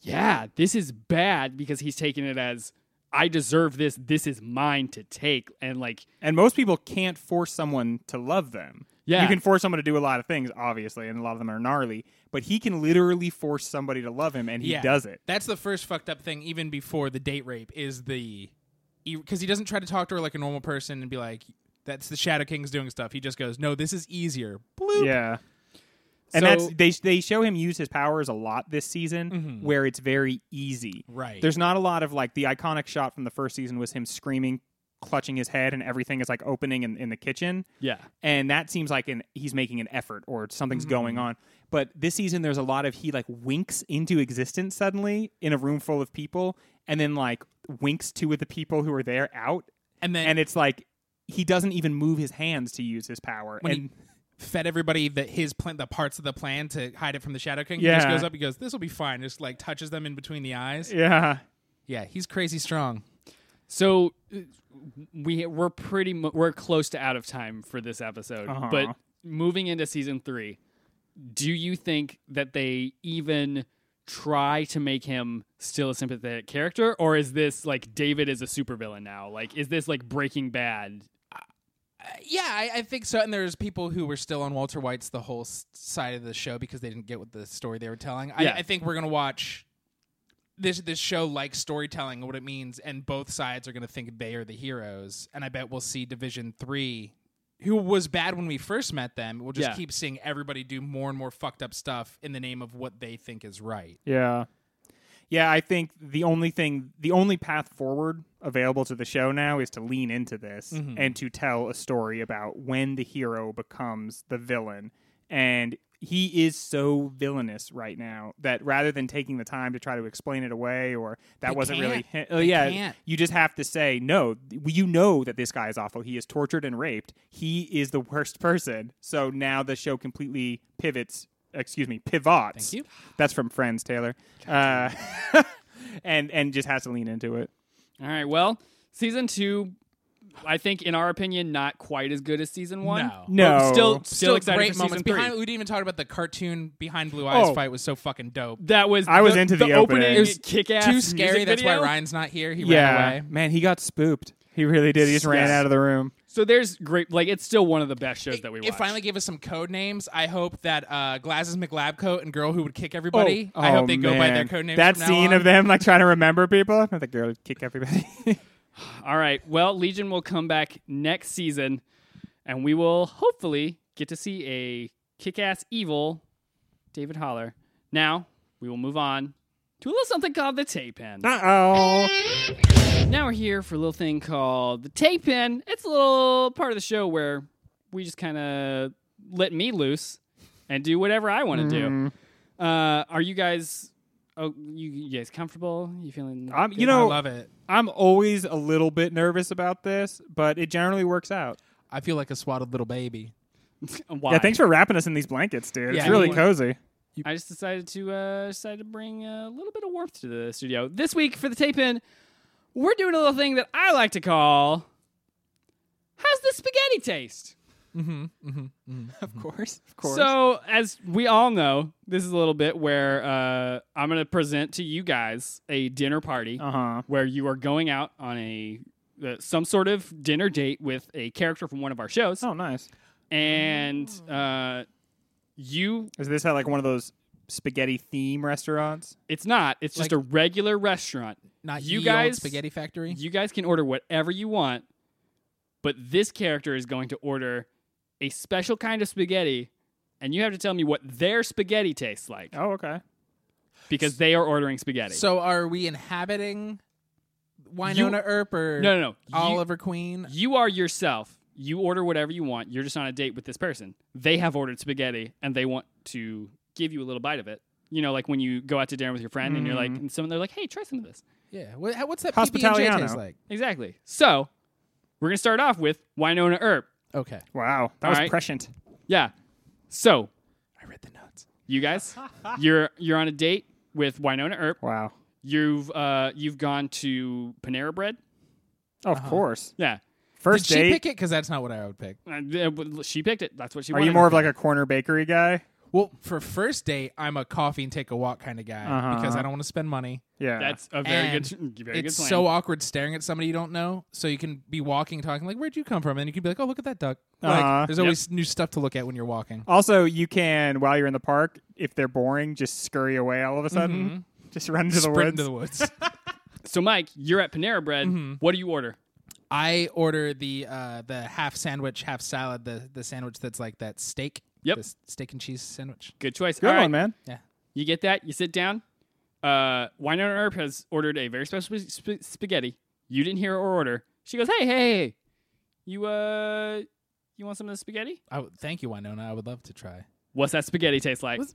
Speaker 1: "Yeah, this is bad because he's taking it as I deserve this. This is mine to take." And like
Speaker 3: And most people can't force someone to love them.
Speaker 1: Yeah.
Speaker 3: You can force someone to do a lot of things, obviously, and a lot of them are gnarly, but he can literally force somebody to love him and he
Speaker 2: Yeah.
Speaker 3: does it.
Speaker 2: That's the first fucked up thing even before the date rape is the because he doesn't try to talk to her like a normal person and be like that's the Shadow King's doing stuff. He just goes, "No, this is easier." Bloop.
Speaker 3: Yeah. And
Speaker 1: So-
Speaker 3: that's they they show him use his powers a lot this season where it's very easy.
Speaker 2: Mm-hmm. Right.
Speaker 3: There's not a lot of like the iconic shot from the first season was him screaming, clutching his head and everything is like opening in, in the kitchen.
Speaker 1: yeah,
Speaker 3: And that seems like an he's making an effort or something's
Speaker 2: Mm.
Speaker 3: going on. But this season there's a lot of he like winks into existence suddenly in a room full of people and then like winks two of the people who are there out
Speaker 2: And then
Speaker 3: and it's like he doesn't even move his hands to use his power.
Speaker 2: when
Speaker 3: and
Speaker 2: he fed everybody the his plan, the parts of the plan to hide it from the Shadow King. He just
Speaker 3: Yeah.
Speaker 2: goes up. He goes, "This will be fine." Just like touches them in between the eyes.
Speaker 3: yeah.
Speaker 2: Yeah, he's crazy strong.
Speaker 1: So uh, we we're pretty mu- we're close to out of time for this episode.
Speaker 3: Uh-huh.
Speaker 1: But moving into season 3, do you think that they even try to make him still a sympathetic character, or is this like David is a supervillain now? Like, is this like Breaking Bad?
Speaker 2: yeah, I, I think so. And there's people who were still on Walter White's the whole s- side of the show because they didn't get what the story they were telling.
Speaker 1: Yeah.
Speaker 2: I, I think we're gonna watch this this show like storytelling and what it means, and both sides are gonna think they are the heroes. And I bet we'll see Division Three, who was bad when we first met them. We'll just
Speaker 1: Yeah.
Speaker 2: keep seeing everybody do more and more fucked up stuff in the name of what they think is right.
Speaker 3: Yeah. Yeah, I think the only thing, the only path forward available to the show now is to lean into this
Speaker 2: Mm-hmm.
Speaker 3: and to tell a story about when the hero becomes the villain. And he is so villainous right now that rather than taking the time to try to explain it away or that
Speaker 2: They
Speaker 3: wasn't really
Speaker 2: can't.
Speaker 3: hi- oh
Speaker 2: They
Speaker 3: yeah,
Speaker 2: can't.
Speaker 3: you just have to say no. th- You know that this guy is awful. He is tortured and raped. He is the worst person. So now the show completely pivots. Excuse me, pivots.
Speaker 2: Thank you.
Speaker 3: That's from Friends, Taylor. Uh, and and just has to lean into it.
Speaker 1: All right, well, season two, I think in our opinion, not quite as good as season one.
Speaker 2: No.
Speaker 1: But still,
Speaker 3: No.
Speaker 1: still,
Speaker 2: Still
Speaker 1: excited
Speaker 2: great
Speaker 1: for
Speaker 2: moments
Speaker 1: season three.
Speaker 2: behind. We didn't even talk about the cartoon behind Blue Eyes
Speaker 3: Oh.
Speaker 2: fight was so fucking dope.
Speaker 1: that was
Speaker 3: I was
Speaker 1: the-
Speaker 3: into
Speaker 1: the,
Speaker 3: the
Speaker 1: opening,
Speaker 3: opening. It was
Speaker 1: kick ass.
Speaker 2: Too scary. That's why Ryan's not here. He ran away.
Speaker 3: man, he got spooked. He really did. He just ran
Speaker 1: Yes.
Speaker 3: out of the room.
Speaker 1: So there's great. Like it's still one of the best shows that we watch.
Speaker 2: It finally gave us some code names. I hope that uh, Glasses McLabcoat and Girl Who Would Kick Everybody. I hope they go by their
Speaker 3: Oh, man.
Speaker 2: code names.
Speaker 3: That
Speaker 2: from now
Speaker 3: scene
Speaker 2: on.
Speaker 3: of them like trying to remember people. The girl would kick everybody.
Speaker 1: All right. Well, Legion will come back next season, and we will hopefully get to see a kick ass evil David Holler. Now, we will move on to a little something called the tape end.
Speaker 2: Ah.
Speaker 3: uh oh.
Speaker 1: Now we're here for a little thing called the tape in. It's a little part of the show where we just kind of let me loose and do whatever I want to
Speaker 2: Mm-hmm.
Speaker 1: do. Uh, are you guys? Oh, you, you guys comfortable? You feeling?
Speaker 3: I'm, you
Speaker 2: I
Speaker 3: know,
Speaker 2: love it.
Speaker 3: I'm always a little bit nervous about this, but it generally works out.
Speaker 2: I feel like a swaddled little baby.
Speaker 1: Why?
Speaker 3: Yeah, thanks for wrapping us in these blankets, dude.
Speaker 2: Yeah,
Speaker 3: it's really
Speaker 2: you-
Speaker 3: cozy.
Speaker 1: I just decided to uh, decided to bring a little bit of warmth to the studio this week for the tape in. We're doing a little thing that I like to call "How's the spaghetti taste?"
Speaker 3: Of course, of course.
Speaker 1: So, as we all know, this is a little bit where uh, I'm going to present to you guys a dinner party
Speaker 3: uh huh.
Speaker 1: where you are going out on a uh, some sort of dinner date with a character from one of our shows,
Speaker 3: Oh, nice.
Speaker 1: and uh, you
Speaker 3: Is this at like one of those spaghetti theme restaurants?
Speaker 1: it's not it's just
Speaker 2: Like-
Speaker 1: a regular restaurant.
Speaker 2: Not
Speaker 1: You
Speaker 2: ye
Speaker 1: guys-
Speaker 2: old spaghetti factory.
Speaker 1: You guys can order whatever you want, but this character is going to order a special kind of spaghetti. And you have to tell me what their spaghetti tastes like
Speaker 3: Oh, okay.
Speaker 1: because they are ordering spaghetti.
Speaker 2: so are we inhabiting Winona Earp or
Speaker 1: no, no, no. You-
Speaker 2: Oliver Queen?
Speaker 1: You are yourself. You order whatever you want. You're just on a date with this person. They have ordered spaghetti and they want to give you a little bite of it. You know, like when you go out to dinner with your friend and you're like, and someone they're like, hey, try some of this.
Speaker 2: Yeah. What, how- what's that PB&J
Speaker 3: Hospitaliano.
Speaker 2: taste like?
Speaker 1: Exactly. So we're going to start off with Winona Earp.
Speaker 2: Okay.
Speaker 3: Wow, that
Speaker 1: All
Speaker 3: was
Speaker 1: right.
Speaker 3: prescient.
Speaker 1: Yeah. So
Speaker 2: I read the notes.
Speaker 1: you guys, you're you're on a date with Winona Earp.
Speaker 3: Wow.
Speaker 1: You've uh you've gone to Panera Bread.
Speaker 3: Of course.
Speaker 1: Yeah.
Speaker 2: Uh-huh. Did
Speaker 3: First
Speaker 2: she
Speaker 3: date.
Speaker 2: pick it? Because that's not what I would pick.
Speaker 1: Uh, th- w- She picked it. That's what she
Speaker 3: Are
Speaker 1: wanted.
Speaker 3: you more of like a corner bakery guy?
Speaker 2: Well, for first date, I'm a coffee and take a walk kind of guy
Speaker 3: Uh-huh.
Speaker 2: because I don't want to spend money.
Speaker 3: Yeah.
Speaker 1: That's a very
Speaker 2: And
Speaker 1: good mm, very
Speaker 2: it's
Speaker 1: good plan.
Speaker 2: so awkward staring at somebody you don't know. So you can be walking, talking like, "Where'd you come from?" And you can be like, "Oh, look at that duck." Like,
Speaker 3: Uh-huh.
Speaker 2: there's always new stuff to look at when you're walking.
Speaker 3: also you can while you're in the park, if they're boring, just scurry away all of a sudden.
Speaker 1: Mm-hmm.
Speaker 3: Just run into the
Speaker 2: Sprint
Speaker 3: woods.
Speaker 2: into the woods.
Speaker 1: So, Mike, you're at Panera Bread.
Speaker 3: Mm-hmm.
Speaker 1: What do you order?
Speaker 2: I order the uh, the half sandwich, half salad. The the sandwich that's like that steak.
Speaker 1: Yep.
Speaker 2: the s- steak and cheese sandwich.
Speaker 1: Good choice.
Speaker 3: Good
Speaker 1: All right.
Speaker 3: one, man.
Speaker 2: Yeah.
Speaker 1: You get that. You sit down. Uh, Winona Earp has ordered a very special sp- sp- spaghetti. You didn't hear her order. She goes, "Hey, hey, hey, you uh, you want some of the spaghetti?
Speaker 2: I would, thank you, Winona. I would love to try
Speaker 1: What's that spaghetti taste like?"
Speaker 2: Was-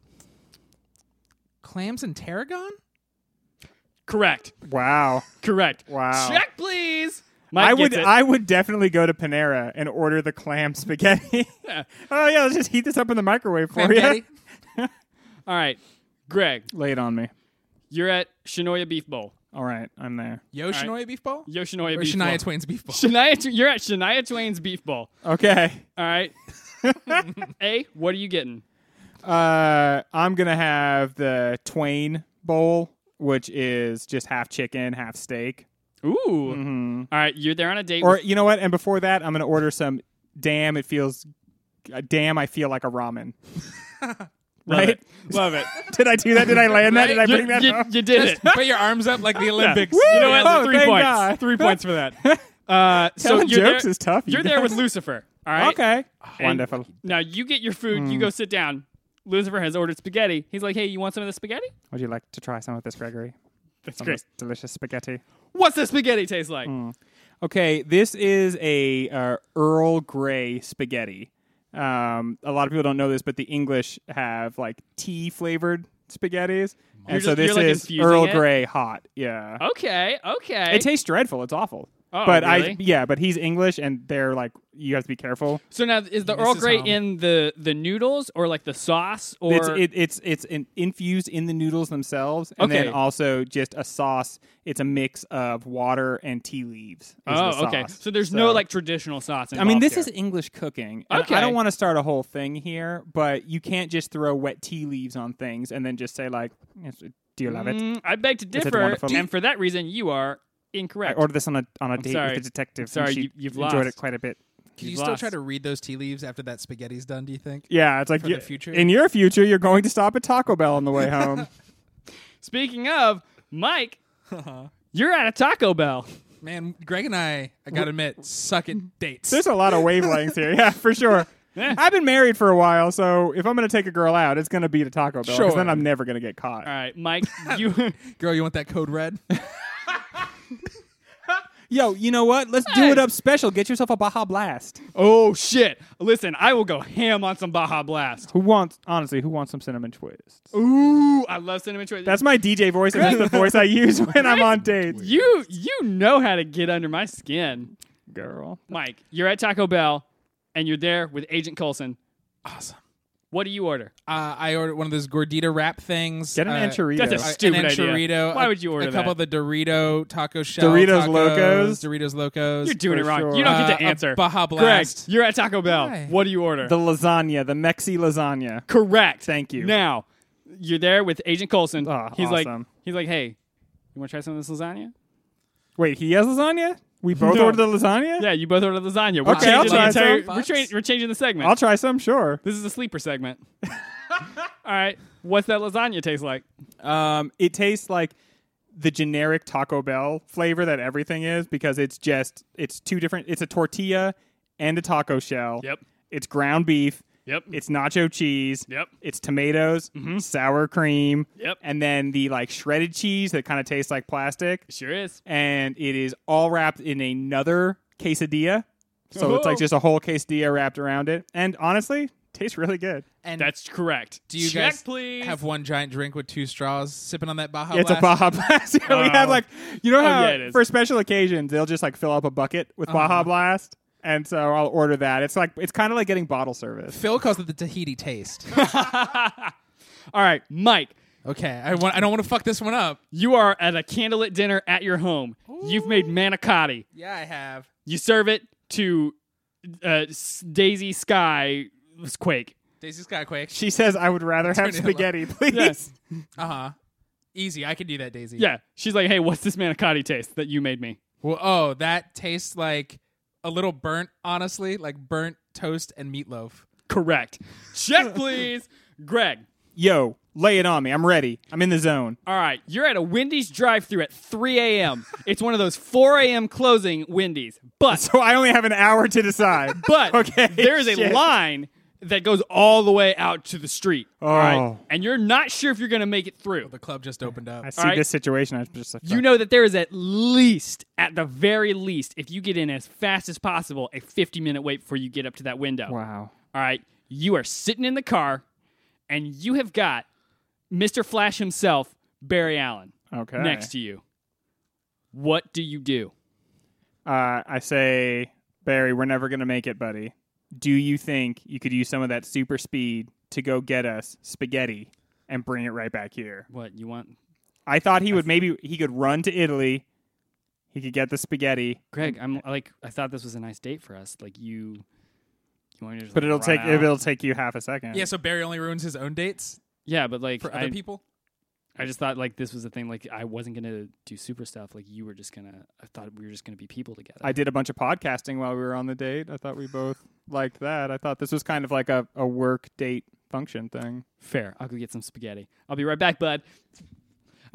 Speaker 2: clams and tarragon.
Speaker 1: Correct.
Speaker 3: Wow.
Speaker 1: Correct.
Speaker 3: Wow.
Speaker 1: Check, please. Mike
Speaker 3: I would
Speaker 1: gets it.
Speaker 3: I would definitely go to Panera and order the clam spaghetti.
Speaker 1: Yeah.
Speaker 3: oh yeah, let's just heat this up in the microwave
Speaker 1: Oh,
Speaker 3: for you.
Speaker 2: Clamgetti?
Speaker 1: All right, Greg,
Speaker 3: Lay it on me.
Speaker 1: you're at Shinoya Beef Bowl.
Speaker 3: All right, I'm there.
Speaker 2: Yoshinoya beef ball
Speaker 1: Yo, Shinoya
Speaker 2: or
Speaker 1: Beef
Speaker 2: Shania
Speaker 1: Bowl.
Speaker 2: Twain's beef ball.
Speaker 1: Shania, Tw- you're at Shania Twain's Beef Bowl.
Speaker 3: Okay.
Speaker 1: All right. a, what are you getting?
Speaker 3: Uh, I'm gonna have the Twain bowl, which is just half chicken, half steak.
Speaker 1: Ooh.
Speaker 3: Mm-hmm.
Speaker 1: All right, you're there on a date.
Speaker 3: Or
Speaker 1: with-
Speaker 3: you know what? And before that, I'm gonna order some. Damn, it feels. uh, Damn, I feel like a ramen.
Speaker 1: Love
Speaker 3: right?
Speaker 1: it.
Speaker 3: Love it. Did I do that? Did I land that? Did I
Speaker 1: you,
Speaker 3: bring that
Speaker 1: you-
Speaker 3: up?
Speaker 1: you did it.
Speaker 2: Put your arms up like the Olympics.
Speaker 3: Woo!
Speaker 2: You
Speaker 1: You
Speaker 2: know
Speaker 1: know
Speaker 2: what?
Speaker 1: what?
Speaker 3: Oh,
Speaker 1: Three
Speaker 3: thank
Speaker 1: points.
Speaker 3: God.
Speaker 1: Three points for that. Uh, so
Speaker 3: Telling
Speaker 1: you're
Speaker 3: jokes
Speaker 1: there,
Speaker 3: is tough, you
Speaker 1: You're there
Speaker 3: guys.
Speaker 1: with Lucifer. All right.
Speaker 3: Okay.
Speaker 1: And
Speaker 3: Wonderful. Mm.
Speaker 1: Now you get your food. You go sit down. Lucifer has ordered spaghetti. He's like, "Hey, you want some of the spaghetti?
Speaker 3: Would you like to try some of this, Gregory? That's some of
Speaker 1: great.
Speaker 3: this delicious spaghetti.
Speaker 1: What's the spaghetti taste like?"
Speaker 3: Hmm. Okay, this is a uh, Earl Grey spaghetti. Um, a lot of people don't know this, but the English have like tea flavored spaghettis, and
Speaker 1: You're
Speaker 3: so
Speaker 1: just- you're,
Speaker 3: this
Speaker 1: like,
Speaker 3: is
Speaker 1: infusing
Speaker 3: Earl
Speaker 1: it?
Speaker 3: Grey hot. Yeah,
Speaker 1: Okay. Okay.
Speaker 3: it tastes dreadful. It's awful.
Speaker 1: Oh,
Speaker 3: but I
Speaker 1: really?
Speaker 3: yeah, but he's English, and they're like you have to be careful.
Speaker 1: so now is the
Speaker 2: This
Speaker 1: Earl
Speaker 2: is
Speaker 1: Grey
Speaker 2: how-
Speaker 1: in the the noodles or like the sauce or
Speaker 3: it's it, it's it's in, infused in the noodles themselves, and
Speaker 1: Okay.
Speaker 3: then also just a sauce. It's a mix of water and tea leaves. is the
Speaker 1: oh okay.
Speaker 3: sauce.
Speaker 1: So there's no like traditional sauce.
Speaker 3: I mean,
Speaker 1: involved
Speaker 3: this
Speaker 1: here.
Speaker 3: is English cooking. and
Speaker 1: Okay.
Speaker 3: I don't want to start a whole thing here, but you can't just throw wet tea leaves on things and then just say like, "Yes, "Do you love it?"
Speaker 1: Mm, I beg to
Speaker 3: it
Speaker 1: differ,
Speaker 3: wonderful?
Speaker 1: and for that reason, you are
Speaker 3: I
Speaker 1: incorrect.
Speaker 3: ordered this on a on a date
Speaker 1: sorry.
Speaker 3: with a detective. and
Speaker 1: sorry,
Speaker 3: she
Speaker 1: you- you've
Speaker 3: enjoyed
Speaker 1: lost.
Speaker 3: it quite a bit.
Speaker 2: Can you
Speaker 1: You've
Speaker 2: still
Speaker 1: lost.
Speaker 2: try to read those tea leaves after that spaghetti's done? Do you think?
Speaker 3: Yeah, it's like
Speaker 2: For
Speaker 3: you-
Speaker 2: the future?
Speaker 3: in your future, you're going to stop at Taco Bell on the way home.
Speaker 1: Speaking of Mike, you're at a Taco Bell.
Speaker 2: Man, Greg and I, I gotta admit, suck at dates.
Speaker 3: There's a lot of wavelengths here. Yeah, for sure. I've been married for a while, so if I'm going to take a girl out, it's going to be to Taco Bell. 'cause
Speaker 2: Sure.
Speaker 3: Then I'm never going to get caught.
Speaker 1: All right, Mike, you
Speaker 2: Girl, you want that code red? Uh,
Speaker 3: Yo, you know what? Let's do
Speaker 1: Hey.
Speaker 3: it up special. Get yourself a Baja Blast.
Speaker 1: Oh shit! Listen, I will go ham on some Baja Blast.
Speaker 3: Who wants? Honestly, who wants some cinnamon twists?
Speaker 1: Ooh, I love cinnamon twist.
Speaker 3: That's my DJ voice, and that's the voice I use when I'm on dates.
Speaker 1: you. You know how to get under my skin,
Speaker 3: Girl.
Speaker 1: Mike. You're at Taco Bell, and you're there with Agent Coulson.
Speaker 2: awesome.
Speaker 1: What do you order?
Speaker 2: Uh, I ordered one of those gordita wrap things.
Speaker 3: Get an
Speaker 2: uh,
Speaker 3: enchilada.
Speaker 1: That's a
Speaker 2: I-
Speaker 1: stupid
Speaker 2: an
Speaker 1: idea.
Speaker 2: enchilada,
Speaker 1: Why
Speaker 2: a-
Speaker 1: would you order
Speaker 2: a couple of the Dorito taco shell?
Speaker 3: Doritos
Speaker 2: tacos,
Speaker 3: Locos?
Speaker 2: Doritos Locos.
Speaker 1: You're doing it
Speaker 3: For
Speaker 1: wrong.
Speaker 3: sure.
Speaker 1: You don't get
Speaker 2: Uh,
Speaker 1: to
Speaker 2: a
Speaker 1: answer.
Speaker 2: Baja
Speaker 1: Greg,
Speaker 2: Blast.
Speaker 1: you're at Taco Bell.
Speaker 2: Why?
Speaker 1: What do you order?
Speaker 3: The lasagna, the Mexi lasagna.
Speaker 1: Correct.
Speaker 3: Thank you.
Speaker 1: Now, you're there with Agent Coulson.
Speaker 3: Ah,
Speaker 1: he's like,
Speaker 3: awesome.
Speaker 1: he's like, hey, you want to try some of this lasagna?
Speaker 3: Wait, he has lasagna? We both
Speaker 1: No.
Speaker 3: ordered the lasagna?
Speaker 1: Yeah, you both ordered lasagna. We're
Speaker 3: Okay,
Speaker 1: changing
Speaker 3: I'll
Speaker 1: the
Speaker 3: try
Speaker 1: entire.
Speaker 2: some.
Speaker 1: We're, tra- we're changing the segment.
Speaker 3: I'll try some, sure.
Speaker 1: This is a sleeper segment. All right. What's that lasagna taste like?
Speaker 3: Um, it tastes like the generic Taco Bell flavor that everything is because it's just it's two different. It's a tortilla and a taco shell.
Speaker 1: Yep.
Speaker 3: It's ground beef.
Speaker 1: Yep.
Speaker 3: It's nacho cheese.
Speaker 1: Yep.
Speaker 3: It's tomatoes, sour cream.
Speaker 1: Yep.
Speaker 3: And then the like shredded cheese that kind of tastes like plastic.
Speaker 1: Sure is.
Speaker 3: And it is all wrapped in another quesadilla. So it's
Speaker 1: Oh.
Speaker 3: like just a whole quesadilla wrapped around it. And honestly, tastes really good.
Speaker 2: and
Speaker 1: That's correct.
Speaker 2: do you
Speaker 1: Check,
Speaker 2: guys
Speaker 1: please?
Speaker 2: have one giant drink with two straws, sipping on that Baja
Speaker 3: it's
Speaker 2: Blast?
Speaker 3: a Baja Blast. Yeah, we have
Speaker 1: Oh.
Speaker 3: like you know how
Speaker 1: yeah, it is. Uh-huh.
Speaker 3: for special occasions they'll just like fill up a bucket with Baja Blast, and so I'll order that. It's like it's kind of like getting bottle service.
Speaker 2: Phil calls it the Tahiti taste.
Speaker 1: All right, Mike.
Speaker 2: okay, I want. I don't want to fuck this one up.
Speaker 1: You are at a candlelit dinner at your home. You've made manicotti.
Speaker 2: Yeah, I have.
Speaker 1: You serve it to uh, S- Daisy Sky Quake.
Speaker 2: Daisy Skyquake.
Speaker 3: She says, "I would rather have
Speaker 2: Turn it on.
Speaker 3: spaghetti, please."
Speaker 2: Uh huh. Easy, I can do that, Daisy.
Speaker 1: Yeah, she's like, "Hey, what's this manicotti taste that you made me?"
Speaker 2: Well, oh, that tastes like a little burnt, honestly, like burnt toast and meatloaf.
Speaker 1: Correct. Check, please, Greg.
Speaker 3: Yo, lay it on me. I'm ready. I'm in the zone.
Speaker 1: All right, you're at a Wendy's drive-through at 3 a.m. it's one of those 4 a.m. closing Wendy's, but
Speaker 3: So I only have an hour to decide.
Speaker 1: but
Speaker 3: okay,
Speaker 1: there is a
Speaker 3: shit.
Speaker 1: line that goes all the way out to the street. All right,
Speaker 3: Oh.
Speaker 1: and you're not sure if you're going to make it through.
Speaker 2: The club just opened up.
Speaker 3: I see
Speaker 1: Alright.
Speaker 3: this situation. I'm just like,
Speaker 1: You know that there is at least, at the very least, if you get in as fast as possible, a 50-minute wait before you get up to that window.
Speaker 3: wow.
Speaker 1: All right. You are sitting in the car and you have got Mr. Flash himself, Barry Allen,
Speaker 3: Okay.
Speaker 1: next to you. What do you do?
Speaker 3: uh, I say, Barry, we're never going to make it, buddy. Do you think you could use some of that super speed to go get us spaghetti and bring it right back here?
Speaker 1: What you want?
Speaker 3: I thought he would maybe he could run to Italy. He could get the spaghetti,
Speaker 1: Greg, I'm like I thought this was a nice date for us. Like you you want me to just
Speaker 3: but
Speaker 1: like,
Speaker 3: it'll
Speaker 1: run
Speaker 3: take
Speaker 1: out?
Speaker 3: it'll take you half a second.
Speaker 2: Yeah, so Barry only ruins his own dates
Speaker 1: Yeah, but like
Speaker 2: for other
Speaker 1: I-
Speaker 2: people.
Speaker 1: I just thought like this was the thing. Like I wasn't gonna do super stuff. Like you were just gonna. I thought we were just gonna be people together.
Speaker 3: I did a bunch of podcasting while we were on the date. I thought we both liked that. I thought this was kind of like a, a work date function thing.
Speaker 1: Fair. I'll go get some spaghetti. I'll be right back, bud.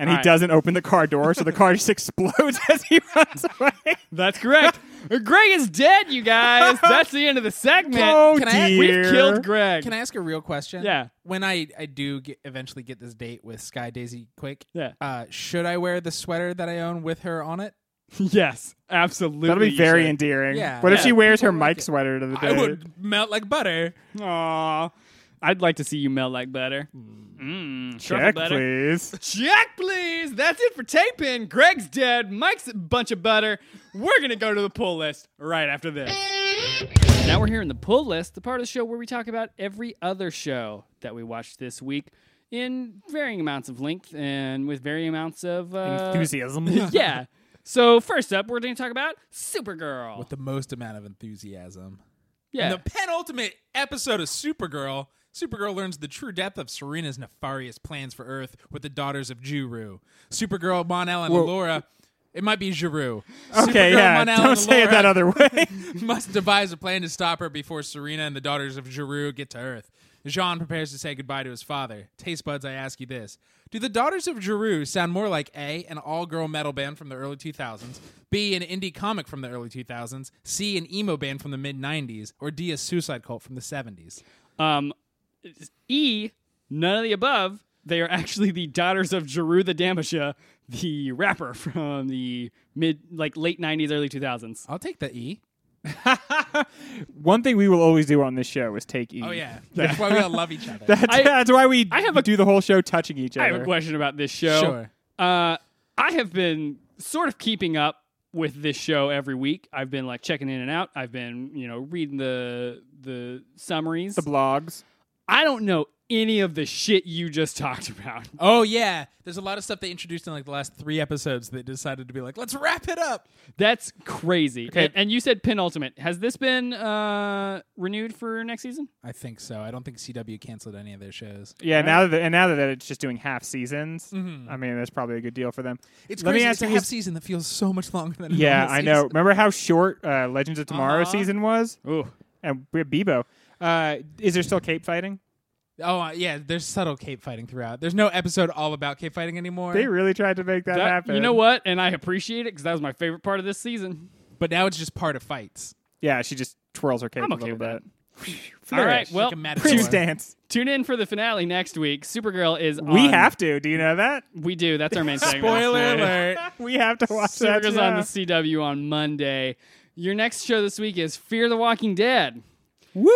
Speaker 3: And
Speaker 1: All
Speaker 3: he
Speaker 1: right.
Speaker 3: doesn't open the car door, so the car just explodes as he runs away.
Speaker 1: That's correct. Greg is dead, you guys. That's the end of the segment.
Speaker 3: oh
Speaker 2: Can I-
Speaker 3: dear!
Speaker 2: we've
Speaker 1: We've killed Greg.
Speaker 2: Can I ask a real question?
Speaker 1: Yeah.
Speaker 2: When I I do get, eventually get this date with Sky Daisy Quick,
Speaker 1: Yeah.
Speaker 2: uh, should I wear the sweater that I own with her on it?
Speaker 1: yes, absolutely.
Speaker 3: That'll be
Speaker 1: you
Speaker 3: very
Speaker 1: should.
Speaker 3: endearing.
Speaker 2: Yeah.
Speaker 3: What if
Speaker 1: Yeah.
Speaker 3: she wears her
Speaker 2: People like
Speaker 3: Mike
Speaker 2: it.
Speaker 3: sweater to the
Speaker 2: I
Speaker 3: date?
Speaker 2: would melt like butter.
Speaker 1: Aw. I'd like to see you melt like butter. Mm. truffle
Speaker 3: Hmm. Check,
Speaker 1: butter.
Speaker 3: please.
Speaker 1: Check, please. That's it for taping. Greg's dead. Mike's a bunch of butter. We're going to go to the pull list right after this. Now we're here in the pull list, the part of the show where we talk about every other show that we watched this week in varying amounts of length and with varying amounts of uh,
Speaker 3: Enthusiasm.
Speaker 1: yeah. So, first up, we're going to talk about Supergirl.
Speaker 2: With the most amount of enthusiasm.
Speaker 1: yeah.
Speaker 2: In the penultimate episode of Supergirl, Supergirl learns the true depth of Serena's nefarious plans for Earth with the daughters of Juru. Supergirl, Mon Al, and
Speaker 3: Whoa.
Speaker 2: Allura. It might be Juru.
Speaker 3: Okay,
Speaker 2: Supergirl,
Speaker 3: yeah.
Speaker 2: Mon Al,
Speaker 3: Don't
Speaker 2: and
Speaker 3: say it
Speaker 2: Allura
Speaker 3: that other way.
Speaker 2: must devise a plan to stop her before Serena and the daughters of Giroux get to Earth. Jean prepares to say goodbye to his father. Taste buds, I ask you this. Do the daughters of Giroux sound more like A, an all girl metal band from the early 2000s, B, an indie comic from the early 2000s, C, an emo band from the mid 90s, or D, a suicide cult from the 70s?
Speaker 1: Um, e, none of the above. They are actually the daughters of Jeru the Damasha, the rapper from the mid, like late '90s, early 2000s.
Speaker 2: I'll take the E.
Speaker 3: One thing we will always do on this show is take E.
Speaker 2: Oh, yeah. That's why we all love each other.
Speaker 3: That's,
Speaker 1: I-
Speaker 3: that's why we
Speaker 1: I have a-
Speaker 3: do the whole show touching each
Speaker 1: I
Speaker 3: other.
Speaker 1: have a question about this show.
Speaker 2: Sure.
Speaker 1: Uh, I have been sort of keeping up with this show every week. I've been like checking in and out. I've been, you know, reading the the summaries.
Speaker 3: The blogs.
Speaker 1: I don't know any of the shit you just talked about.
Speaker 2: Oh, yeah. There's a lot of stuff they introduced in like the last three episodes that decided to be like, let's wrap it up.
Speaker 1: That's crazy.
Speaker 3: Okay.
Speaker 1: And, and you said penultimate. Has this been uh, renewed for next season?
Speaker 2: I think so. I don't think CW canceled any of their shows.
Speaker 3: Yeah, now that and now that it's just doing half seasons,
Speaker 1: Mm-hmm.
Speaker 3: I mean that's probably a good deal for them.
Speaker 2: It's
Speaker 3: Let
Speaker 2: crazy.
Speaker 3: me ask
Speaker 2: it's a
Speaker 3: you
Speaker 2: half
Speaker 3: this-
Speaker 2: season that feels so much longer than a
Speaker 3: Yeah,
Speaker 2: normal
Speaker 3: I know.
Speaker 2: season.
Speaker 3: Remember how short uh, Legends of Tomorrow
Speaker 2: Uh-huh.
Speaker 3: season was,
Speaker 1: Ooh.
Speaker 3: and we- Bebo. Uh, is there still cape fighting?
Speaker 2: Oh uh, yeah, there's subtle cape fighting throughout. There's no episode all about cape fighting anymore.
Speaker 3: They really tried to make that,
Speaker 1: That-
Speaker 3: happen.
Speaker 1: You know what? And I appreciate it because that was my favorite part of this season.
Speaker 2: but now it's just part of fights.
Speaker 3: Yeah, she just twirls her cape
Speaker 1: I'm
Speaker 3: a
Speaker 1: okay
Speaker 3: little
Speaker 1: with that.
Speaker 3: bit.
Speaker 1: All right.
Speaker 2: She's
Speaker 1: Well,
Speaker 2: like a matador.
Speaker 3: Prince dance.
Speaker 1: tune in for the finale next week. Supergirl is.
Speaker 3: We
Speaker 1: on-
Speaker 3: have to. Do you know that?
Speaker 1: We do. That's our main segment.
Speaker 2: Spoiler alert.
Speaker 3: We have to watch that.
Speaker 1: Supergirl's on the CW on Monday. Your next show this week is Fear the Walking Dead.
Speaker 3: Woo!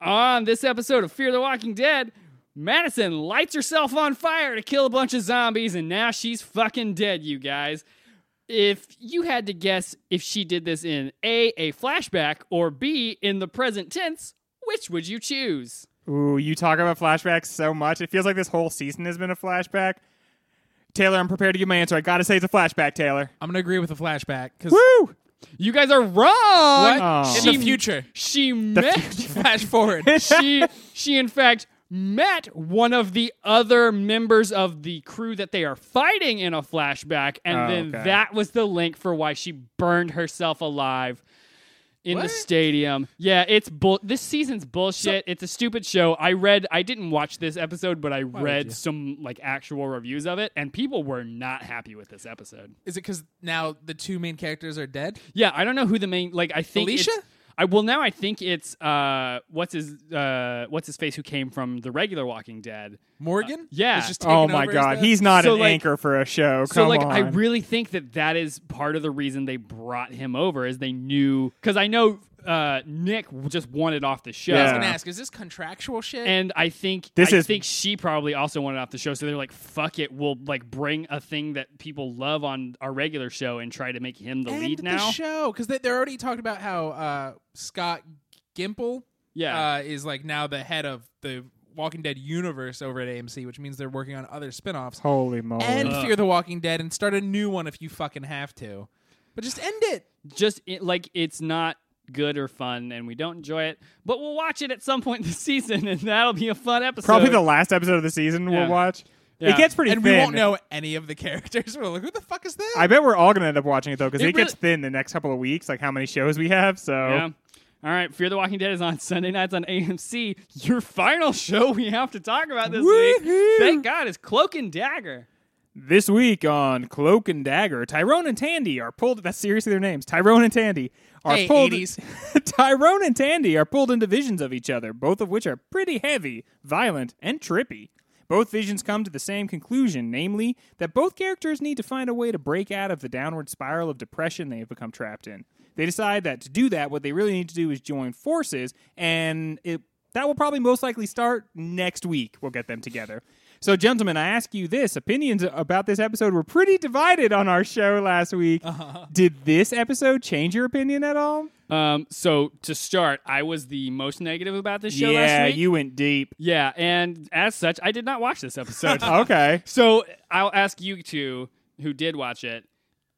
Speaker 1: On this episode of Fear the Walking Dead, Madison lights herself on fire to kill a bunch of zombies, and now she's fucking dead, you guys. If you had to guess if she did this in A, a flashback, or B, in the present tense, which would you choose?
Speaker 3: Ooh, you talk about flashbacks so much. It feels like this whole season has been a flashback. Taylor, I'm prepared to give my answer. I gotta say it's a flashback, Taylor.
Speaker 2: I'm gonna agree with the flashback because
Speaker 3: Woo!
Speaker 1: You guys are wrong!
Speaker 3: Oh.
Speaker 2: in
Speaker 1: She-
Speaker 2: the future,
Speaker 1: She met.
Speaker 2: flash forward.
Speaker 1: she she in fact met one of the other members of the crew that they are fighting in a flashback and
Speaker 3: Oh,
Speaker 1: then
Speaker 3: okay.
Speaker 1: that was the link for why she burned herself alive in the
Speaker 2: What?
Speaker 1: stadium. Yeah, it's bull this season's bullshit. it's a stupid show. I read I didn't watch this episode, but I read
Speaker 2: you?
Speaker 1: some like actual reviews of it and people were not happy with this episode.
Speaker 2: Is it because now the two main characters are dead?
Speaker 1: Yeah, I don't know who the main like I think it's-
Speaker 2: Alicia?
Speaker 1: I well now I think it's uh what's his uh what's his face who came from the regular Walking Dead.
Speaker 2: Morgan?
Speaker 1: yeah.
Speaker 2: is just taking
Speaker 3: Oh my
Speaker 2: over as
Speaker 3: god,
Speaker 2: the-
Speaker 3: he's not
Speaker 1: So,
Speaker 3: an
Speaker 1: like-
Speaker 3: anchor for a show. Come
Speaker 1: So like I
Speaker 3: on.
Speaker 1: really think that that is part of the reason they brought him over is they knew cuz I know uh Nick just wanted off the show.
Speaker 2: I was
Speaker 3: Yeah.
Speaker 2: gonna ask, is this contractual shit?
Speaker 1: And I think
Speaker 3: This
Speaker 1: I
Speaker 3: is-
Speaker 1: think she probably also wanted off the show, so they're like, "Fuck it, we'll like bring a thing that people love on our regular show and try to make him the
Speaker 2: End
Speaker 1: lead now."
Speaker 2: the show because they, they're already talking about how uh, Scott Gimple
Speaker 1: yeah,
Speaker 2: uh, is like now the head of the Walking Dead universe over at AMC, which means they're working on other spin-offs
Speaker 3: Holy moly.
Speaker 2: and Fear the Walking Dead and start a new one if you fucking have to. But just end it.
Speaker 1: just it, like it's not good or fun and we don't enjoy it but we'll watch it at some point this season and that'll be a fun episode
Speaker 3: Probably the last episode of the season
Speaker 1: Yeah.
Speaker 3: we'll watch. It gets pretty
Speaker 2: and
Speaker 3: thin.
Speaker 2: we won't know any of the characters. We're like, who the fuck is this?
Speaker 3: I bet we're all gonna end up watching it though, because it,
Speaker 1: It
Speaker 3: gets thin the next couple of weeks, like how many shows we have. So
Speaker 1: Yeah. All right, Fear the Walking Dead is on Sunday nights on AMC. Your final show we have to talk about this
Speaker 3: Woohoo!
Speaker 1: week. Thank God is Cloak and Dagger.
Speaker 3: This week on Cloak and Dagger, Tyrone and Tandy are pulled. That's seriously their names. Tyrone and Tandy are
Speaker 2: Hey,
Speaker 3: pulled.
Speaker 2: 80s.
Speaker 3: Tyrone and Tandy are pulled into visions of each other, both of which are pretty heavy, violent, and trippy. Both visions come to the same conclusion, namely that both characters need to find a way to break out of the downward spiral of depression they have become trapped in. They decide that to do that, what they really need to do is join forces, and it that will probably most likely start next week. We'll get them together. So, gentlemen, I ask you this: opinions about this episode were pretty divided on our show last week. Did this episode change your opinion at all?
Speaker 1: Um, so to start, I was the most negative about this show
Speaker 3: yeah,
Speaker 1: last week.
Speaker 3: you went deep.
Speaker 1: yeah, and as such, I did not watch this episode.
Speaker 3: okay.
Speaker 1: so I'll ask you two who did watch it.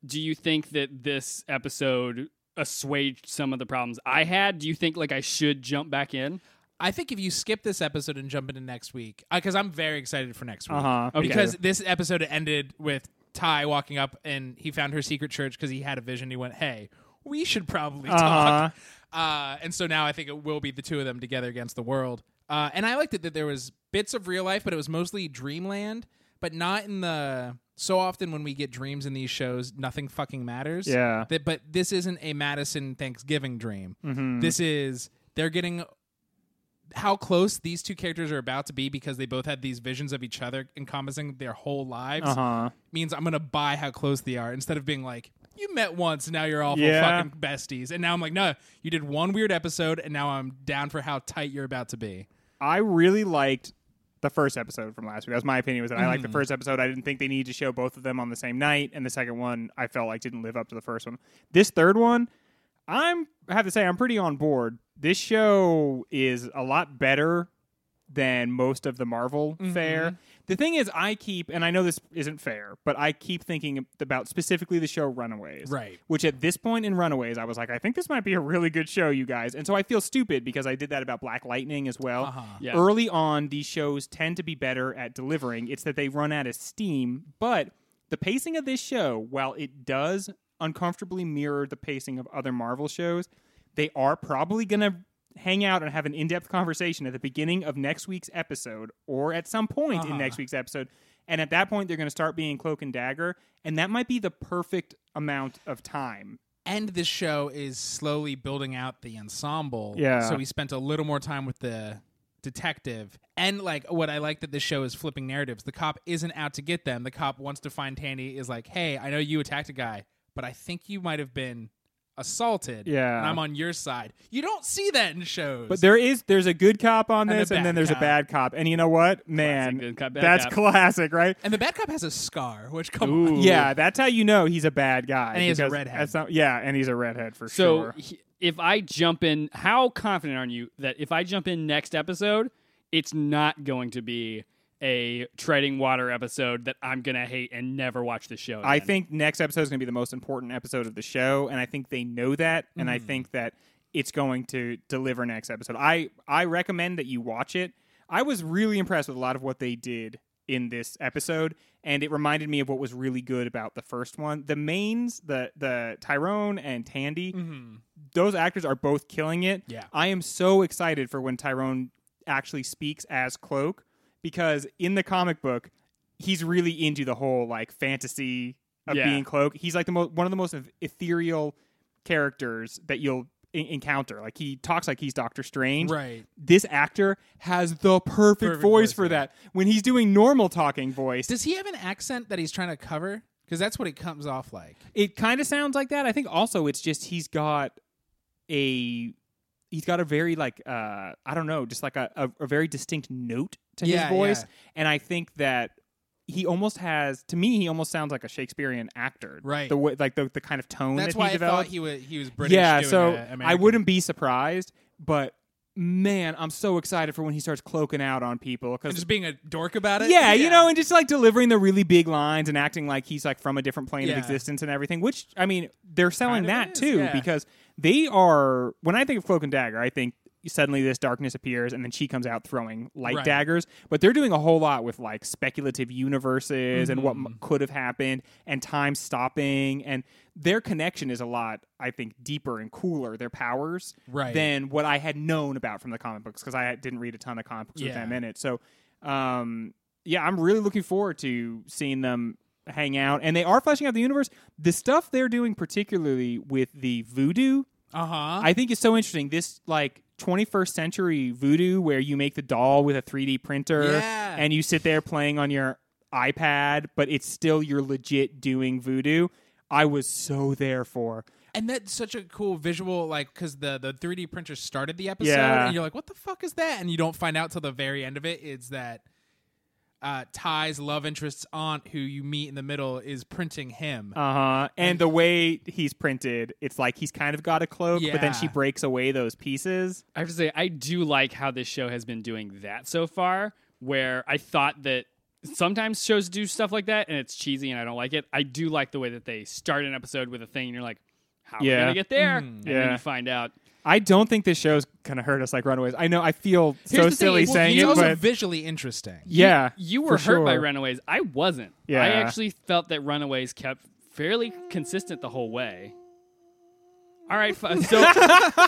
Speaker 1: Do you think that this episode assuaged some of the problems I had? Do you think like I should jump back in?
Speaker 2: I think if you skip this episode and jump into next week, because I'm very excited for next week.
Speaker 3: Uh-huh. Okay.
Speaker 2: Because this episode ended with Ty walking up and he found her secret church because he had a vision. He went, "Hey, we should probably talk."
Speaker 3: Uh-huh.
Speaker 2: Uh, and so now I think it will be the two of them together against the world. Uh, and I liked it that there was bits of real life, but it was mostly dreamland, but not in the. So often when we get dreams in these shows, nothing fucking matters.
Speaker 3: Yeah.
Speaker 2: That, but this isn't a Madison Thanksgiving dream.
Speaker 3: Mm-hmm.
Speaker 2: This is they're getting how close these two characters are about to be because they both had these visions of each other encompassing their whole lives
Speaker 3: Uh huh.
Speaker 2: means I'm gonna buy how close they are instead of being like you met once now you're awful
Speaker 3: Yeah.
Speaker 2: fucking besties and now I'm like no you did one weird episode and now I'm down for how tight you're about to be.
Speaker 3: I really liked the first episode from last week. That was my opinion. Was that I liked the first episode? I didn't think they needed to show both of them on the same night, and the second one I felt like didn't live up to the first one. This third one, I'm I have to say I'm pretty on board. This show is a lot better than most of the Marvel fare. The thing is, I keep, and I know this isn't fair, but I keep thinking about specifically the show Runaways.
Speaker 2: Right.
Speaker 3: Which at this point in Runaways, I was like, I think this might be a really good show, you guys. And so I feel stupid because I did that about Black Lightning as well.
Speaker 1: Yeah.
Speaker 3: Early on, these shows tend to be better at delivering. It's that they run out of steam, but the pacing of this show, while it does uncomfortably mirror the pacing of other Marvel shows, they are probably going to hang out and have an in-depth conversation at the beginning of next week's episode or at some point
Speaker 1: Uh-huh.
Speaker 3: in next week's episode. And at that point they're going to start being cloak and dagger, and that might be the perfect amount of time.
Speaker 2: And this show is slowly building out the ensemble.
Speaker 3: Yeah.
Speaker 2: So we spent a little more time with the detective. And like what I like that this show is flipping narratives. The cop isn't out to get them. The cop wants to find Tandy is like, hey, I know you attacked a guy, but I think you might have been assaulted.
Speaker 3: Yeah.
Speaker 2: And I'm on your side. You don't see that in shows.
Speaker 3: But there is there's a good cop on
Speaker 2: And a
Speaker 3: this, and,
Speaker 2: bad
Speaker 3: then there's
Speaker 2: cop.
Speaker 3: a bad cop, and you know what, man,
Speaker 1: good cop, bad
Speaker 3: that's
Speaker 1: cop.
Speaker 3: classic, right?
Speaker 2: and the bad cop has a scar, which come on.
Speaker 3: Yeah, that's how you know he's a bad guy.
Speaker 2: And he is a
Speaker 3: because
Speaker 2: redhead.
Speaker 3: that's not- yeah, and he's a redhead for
Speaker 1: So
Speaker 3: sure.
Speaker 1: he- if I jump in, how confident are you that if I jump in next episode, it's not going to be a treading water episode that I'm gonna hate and never watch the show?
Speaker 3: I
Speaker 1: again?
Speaker 3: think next episode is going to be the most important episode of the show, and I think they know that, and
Speaker 2: Mm-hmm.
Speaker 3: I think that it's going to deliver next episode. I I recommend that you watch it. I was really impressed with a lot of what they did in this episode, and it reminded me of what was really good about the first one. The mains, the the Tyrone and Tandy, those actors are both killing it.
Speaker 2: Yeah.
Speaker 3: I am so excited for when Tyrone actually speaks as Cloak because in the comic book, he's really into the whole like fantasy of
Speaker 1: Yeah.
Speaker 3: being Cloak. He's like the most one of the most ethereal characters that you'll en- encounter. Like he talks like he's Doctor Strange.
Speaker 2: Right.
Speaker 3: This actor has the perfect,
Speaker 2: Perfect
Speaker 3: voice,
Speaker 2: voice,
Speaker 3: for
Speaker 2: yeah.
Speaker 3: that. When he's doing normal talking voice,
Speaker 2: Does he have an accent that he's trying to cover? Because that's what it comes off like.
Speaker 3: it kind of sounds like that. I think also it's just he's got a he's got a very like uh I don't know, just like a, a, a very distinct note to
Speaker 2: Yeah,
Speaker 3: his voice.
Speaker 2: yeah.
Speaker 3: And I think that he almost has to me he almost sounds like a Shakespearean actor.
Speaker 2: Right.
Speaker 3: The way like the, the kind of tone
Speaker 2: That's
Speaker 3: that
Speaker 2: why I
Speaker 3: he developed.
Speaker 2: thought he was he was British.
Speaker 3: yeah,
Speaker 2: doing
Speaker 3: so
Speaker 2: a
Speaker 3: I
Speaker 2: American.
Speaker 3: wouldn't be surprised, but man, I'm so excited for when he starts cloaking out on people
Speaker 2: And
Speaker 3: because
Speaker 2: just being a dork about it.
Speaker 3: yeah, you know, and just like delivering the really big lines and acting like he's like from a different plane
Speaker 2: Yeah.
Speaker 3: of existence and everything. Which I mean, they're selling
Speaker 2: Kind of
Speaker 3: that
Speaker 2: is,
Speaker 3: too
Speaker 2: yeah.
Speaker 3: because they are. When I think of Cloak and Dagger, I think suddenly this darkness appears and then she comes out throwing light
Speaker 2: Right.
Speaker 3: daggers. But they're doing a whole lot with like speculative universes and what
Speaker 2: Mm-hmm.
Speaker 3: m- could have happened and time stopping. And their connection is a lot, I think, deeper and cooler, their powers,
Speaker 2: Right.
Speaker 3: than what I had known about from the comic books because I didn't read a ton of comic books with
Speaker 2: Yeah.
Speaker 3: them in it. So, um, yeah, I'm really looking forward to seeing them hang out. And they are fleshing out the universe. The stuff they're doing, particularly with the voodoo
Speaker 2: Uh huh.
Speaker 3: I think it's so interesting. This like 21st century voodoo where you make the doll with a 3D printer
Speaker 2: Yeah.
Speaker 3: and you sit there playing on your iPad, but it's still you're legit doing voodoo. I was so there for.
Speaker 2: And that's such a cool visual, like because the the 3D printer started the episode,
Speaker 3: Yeah.
Speaker 2: and you're like, "What the fuck is that?" And you don't find out till the very end of it. It's that uh, Ty's love interest's aunt, who you meet in the middle, is printing him.
Speaker 3: Uh huh. And the way he's printed, it's like he's kind of got a cloak, but then she
Speaker 2: Yeah.
Speaker 3: breaks away those pieces.
Speaker 1: I have to say, I do like how this show has been doing that so far, where I thought that sometimes shows do stuff like that and it's cheesy and I don't like it. I do like the way that they start an episode with a thing and you're like, how are we
Speaker 3: Yeah.
Speaker 1: going to get there? And then
Speaker 3: Yeah.
Speaker 1: you find out.
Speaker 3: I don't think this show's gonna hurt us like Runaways. I know I feel
Speaker 1: Here's
Speaker 3: so
Speaker 1: the thing,
Speaker 3: silly
Speaker 1: it will-
Speaker 3: saying
Speaker 2: it's
Speaker 3: it,
Speaker 2: also
Speaker 3: but
Speaker 2: visually interesting.
Speaker 3: yeah,
Speaker 1: You
Speaker 3: for
Speaker 1: were hurt by
Speaker 3: sure.
Speaker 1: Runaways. I wasn't.
Speaker 3: Yeah.
Speaker 1: I actually felt that Runaways kept fairly consistent the whole way. All right, fi- so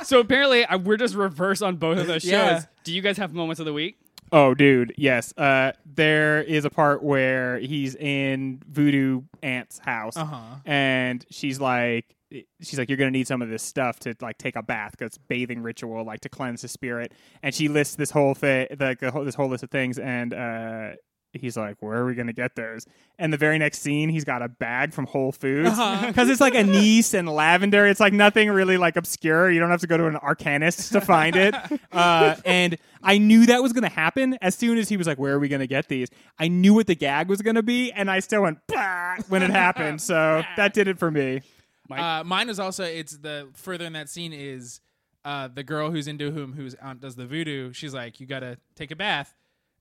Speaker 1: so apparently I, we're just reverse on both of those shows.
Speaker 2: Yeah.
Speaker 1: Do you guys have moments of the week?
Speaker 3: Oh, dude, yes. Uh, there is a part where he's in Voodoo Ant's house,
Speaker 2: Uh-huh.
Speaker 3: and she's like, she's like, you're gonna need some of this stuff to like take a bath because bathing ritual, like to cleanse the spirit. And she lists this whole thing, like the whole, this whole list of things, and uh, he's like, where are we gonna get those? And the very next scene, he's got a bag from Whole Foods because it's like anise and lavender. It's like nothing really like obscure. You don't have to go to an arcanist to find it. Uh, and I knew that was going to happen as soon as he was like, "Where are we going to get these?" I knew what the gag was going to be, and I still went bah! when it happened. So that did it for me.
Speaker 2: Uh, mine is also it's the further in that scene is uh, the girl who's into whom whose aunt does the voodoo. She's like, "You gotta take a bath,"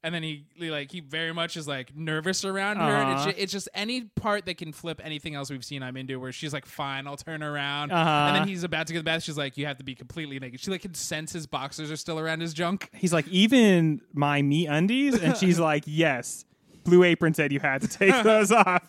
Speaker 2: and then he he, like he very much is like nervous around her. And it's,
Speaker 3: Uh-huh.
Speaker 2: ju- it's just any part that can flip anything else we've seen. I'm into where she's like, "Fine, I'll turn around," and
Speaker 3: Uh-huh.
Speaker 2: then he's about to get the bath. She's like, "You have to be completely naked." She like can sense his boxers are still around his junk.
Speaker 3: He's like, "Even my me undies," and she's like, "Yes." Blue Apron said you had to take those off.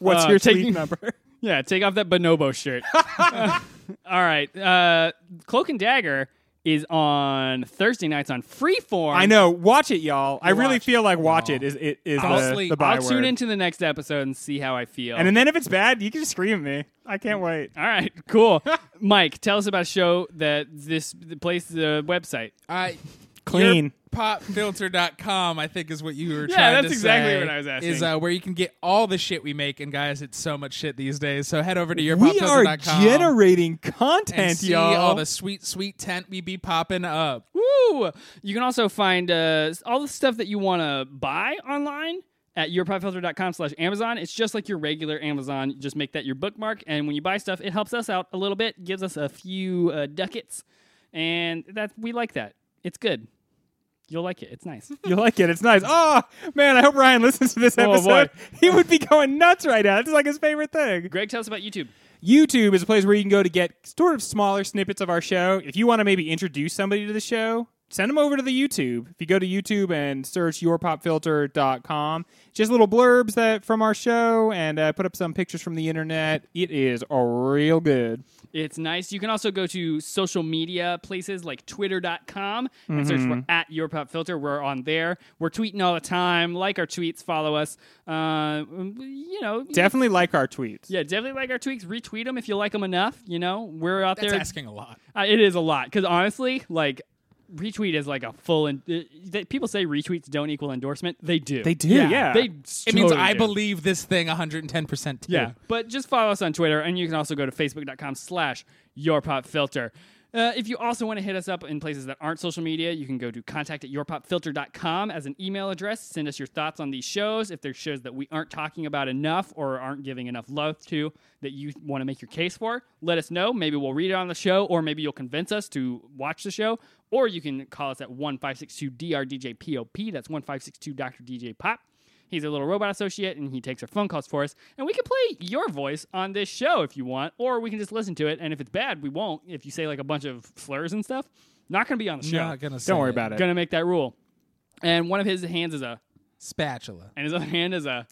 Speaker 3: What's
Speaker 1: Uh,
Speaker 3: your
Speaker 1: taking-
Speaker 3: tweet number?
Speaker 1: Yeah, take off that bonobo shirt. all right, uh, Cloak and Dagger is on Thursday nights on Freeform.
Speaker 3: I know. Watch it, y'all. I really
Speaker 2: Watch
Speaker 3: feel like watch it is it is
Speaker 2: I'll
Speaker 3: the,
Speaker 2: sleep.
Speaker 3: the
Speaker 1: I'll
Speaker 3: byword.
Speaker 1: tune into the next episode and see how I feel.
Speaker 3: And then if it's bad, you can just scream at me. I can't wait.
Speaker 1: all right, cool. Mike, tell us about a show that this the place the website.
Speaker 2: Uh,
Speaker 3: Clean.
Speaker 2: Popfilter.com, I think, is what you were
Speaker 1: Yeah,
Speaker 2: trying to
Speaker 1: that's exactly
Speaker 2: say,
Speaker 1: what I was asking.
Speaker 2: Is uh, where you can get all the shit we make. And guys, it's so much shit these days. So head over to your
Speaker 3: We are
Speaker 2: popfilter.com
Speaker 3: generating
Speaker 2: and
Speaker 3: content,
Speaker 2: see
Speaker 3: y'all.
Speaker 2: all the sweet, sweet tent we be popping up.
Speaker 1: Woo! You can also find uh, all the stuff that you want to buy online at yourpodfilter.com slash Amazon. It's just like your regular Amazon. Just make that your bookmark. And when you buy stuff, it helps us out a little bit, gives us a few uh, ducats. And that we like that. It's good. You'll like it. It's nice.
Speaker 3: You like it? It's nice. Oh man, I hope Ryan listens to this
Speaker 1: Oh,
Speaker 3: episode.
Speaker 1: boy.
Speaker 3: he would be going nuts right now. It's like his favorite thing.
Speaker 1: Greg, tell us about YouTube.
Speaker 3: YouTube is a place where you can go to get sort of smaller snippets of our show. If you want to maybe introduce somebody to the show, send them over to the YouTube. If you go to YouTube and search yourpopfilter.com, just little blurbs that from our show and uh, put up some pictures from the internet. It is real good.
Speaker 1: It's nice. You can also go to social media places like twitter.com and search
Speaker 3: Mm-hmm.
Speaker 1: for at your pop filter. We're on there. We're tweeting all the time. Like our tweets, follow us. Uh, you know,
Speaker 3: Definitely like our tweets.
Speaker 1: Yeah, definitely like our tweets. Retweet them if you like them enough. You know, we're out
Speaker 2: That's
Speaker 1: there.
Speaker 2: asking a lot.
Speaker 1: Uh, it is a lot because honestly, like retweet is like a full and uh, that people say retweets don't equal endorsement. They do.
Speaker 3: They do,
Speaker 2: Yeah.
Speaker 3: yeah.
Speaker 1: They.
Speaker 2: It means
Speaker 1: totally
Speaker 2: I
Speaker 1: do.
Speaker 2: believe this thing 110% too.
Speaker 1: Yeah, but just follow us on Twitter, and you can also go to facebook.com slash yourpopfilter. Uh, if you also want to hit us up in places that aren't social media, you can go to contact at yourpopfilter.com as an email address. Send us your thoughts on these shows. If there's shows that we aren't talking about enough or aren't giving enough love to that you want to make your case for, let us know. Maybe we'll read it on the show, or maybe you'll convince us to watch the show. Or you can call us at 1562-DRDJPOP. That's 1562-DR-DJ-POP. He's a little robot associate and he takes our phone calls for us. And we can play your voice on this show if you want, or we can just listen to it. And if it's bad, we won't. If you say like a bunch of slurs and stuff, Not going to be on the show.
Speaker 2: Not gonna say
Speaker 3: Don't worry
Speaker 2: it.
Speaker 3: about it.
Speaker 1: Going to make that rule. And one of his hands is a,
Speaker 2: Spatula.
Speaker 1: and his other hand is a.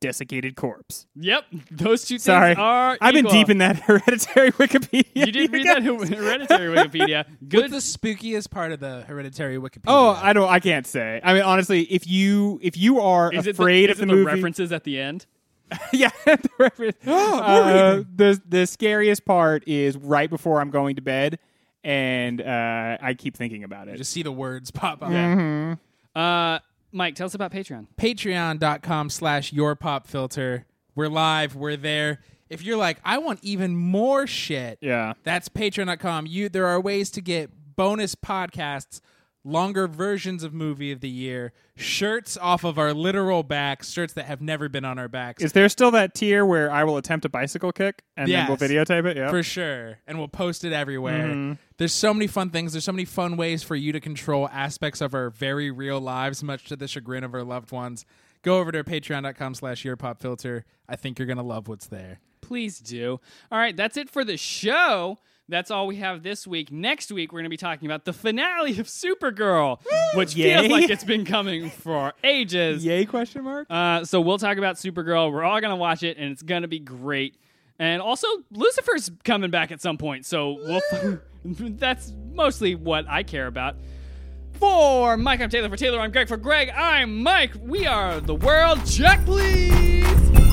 Speaker 3: Desiccated corpse.
Speaker 1: Yep, those two
Speaker 3: Sorry,
Speaker 1: things are.
Speaker 3: I've been
Speaker 1: equal.
Speaker 3: deep in that hereditary Wikipedia.
Speaker 1: You did read that hereditary Wikipedia. Good.
Speaker 2: What's the spookiest part of the hereditary Wikipedia?
Speaker 3: Oh, I don't. I can't say. I mean, honestly, if you if you are
Speaker 1: is it
Speaker 3: afraid
Speaker 1: the,
Speaker 3: of
Speaker 1: is
Speaker 3: the
Speaker 1: it the
Speaker 3: movie,
Speaker 1: references at the end?
Speaker 3: yeah, the reference. uh, the the scariest part is right before I'm going to bed, and uh, I keep thinking about it.
Speaker 2: just see the words pop up.
Speaker 1: Uh, Mike, tell us about Patreon.
Speaker 2: patreon.com slash your pop filter we're live we're there if you're like i want even more shit
Speaker 3: yeah,
Speaker 2: that's patreon.com you there are ways to get bonus podcasts longer versions of movie of the year shirts off of our literal backs shirts that have never been on our backs
Speaker 3: is there still that tier where I will attempt a bicycle kick and then we'll
Speaker 2: Yes.
Speaker 3: videotape it? Yeah,
Speaker 2: for sure and we'll post it everywhere there's so many fun things there's so many fun ways for you to control aspects of our very real lives much to the chagrin of our loved ones go over to patreon.com slash your pop filter i think you're gonna love what's there
Speaker 1: Please do. All right, that's it for the show. That's all we have this week. Next week, we're going to be talking about the finale of Supergirl, which
Speaker 3: Yay.
Speaker 1: feels like it's been coming for ages.
Speaker 3: Yay? Question mark.
Speaker 1: Uh, so we'll talk about Supergirl. We're all going to watch it, and it's going to be great. And also, Lucifer's coming back at some point, so we'll. that's mostly what I care about. For Mike, I'm Taylor. For Taylor, I'm Greg. For Greg, I'm Mike. We are the world. Check, please.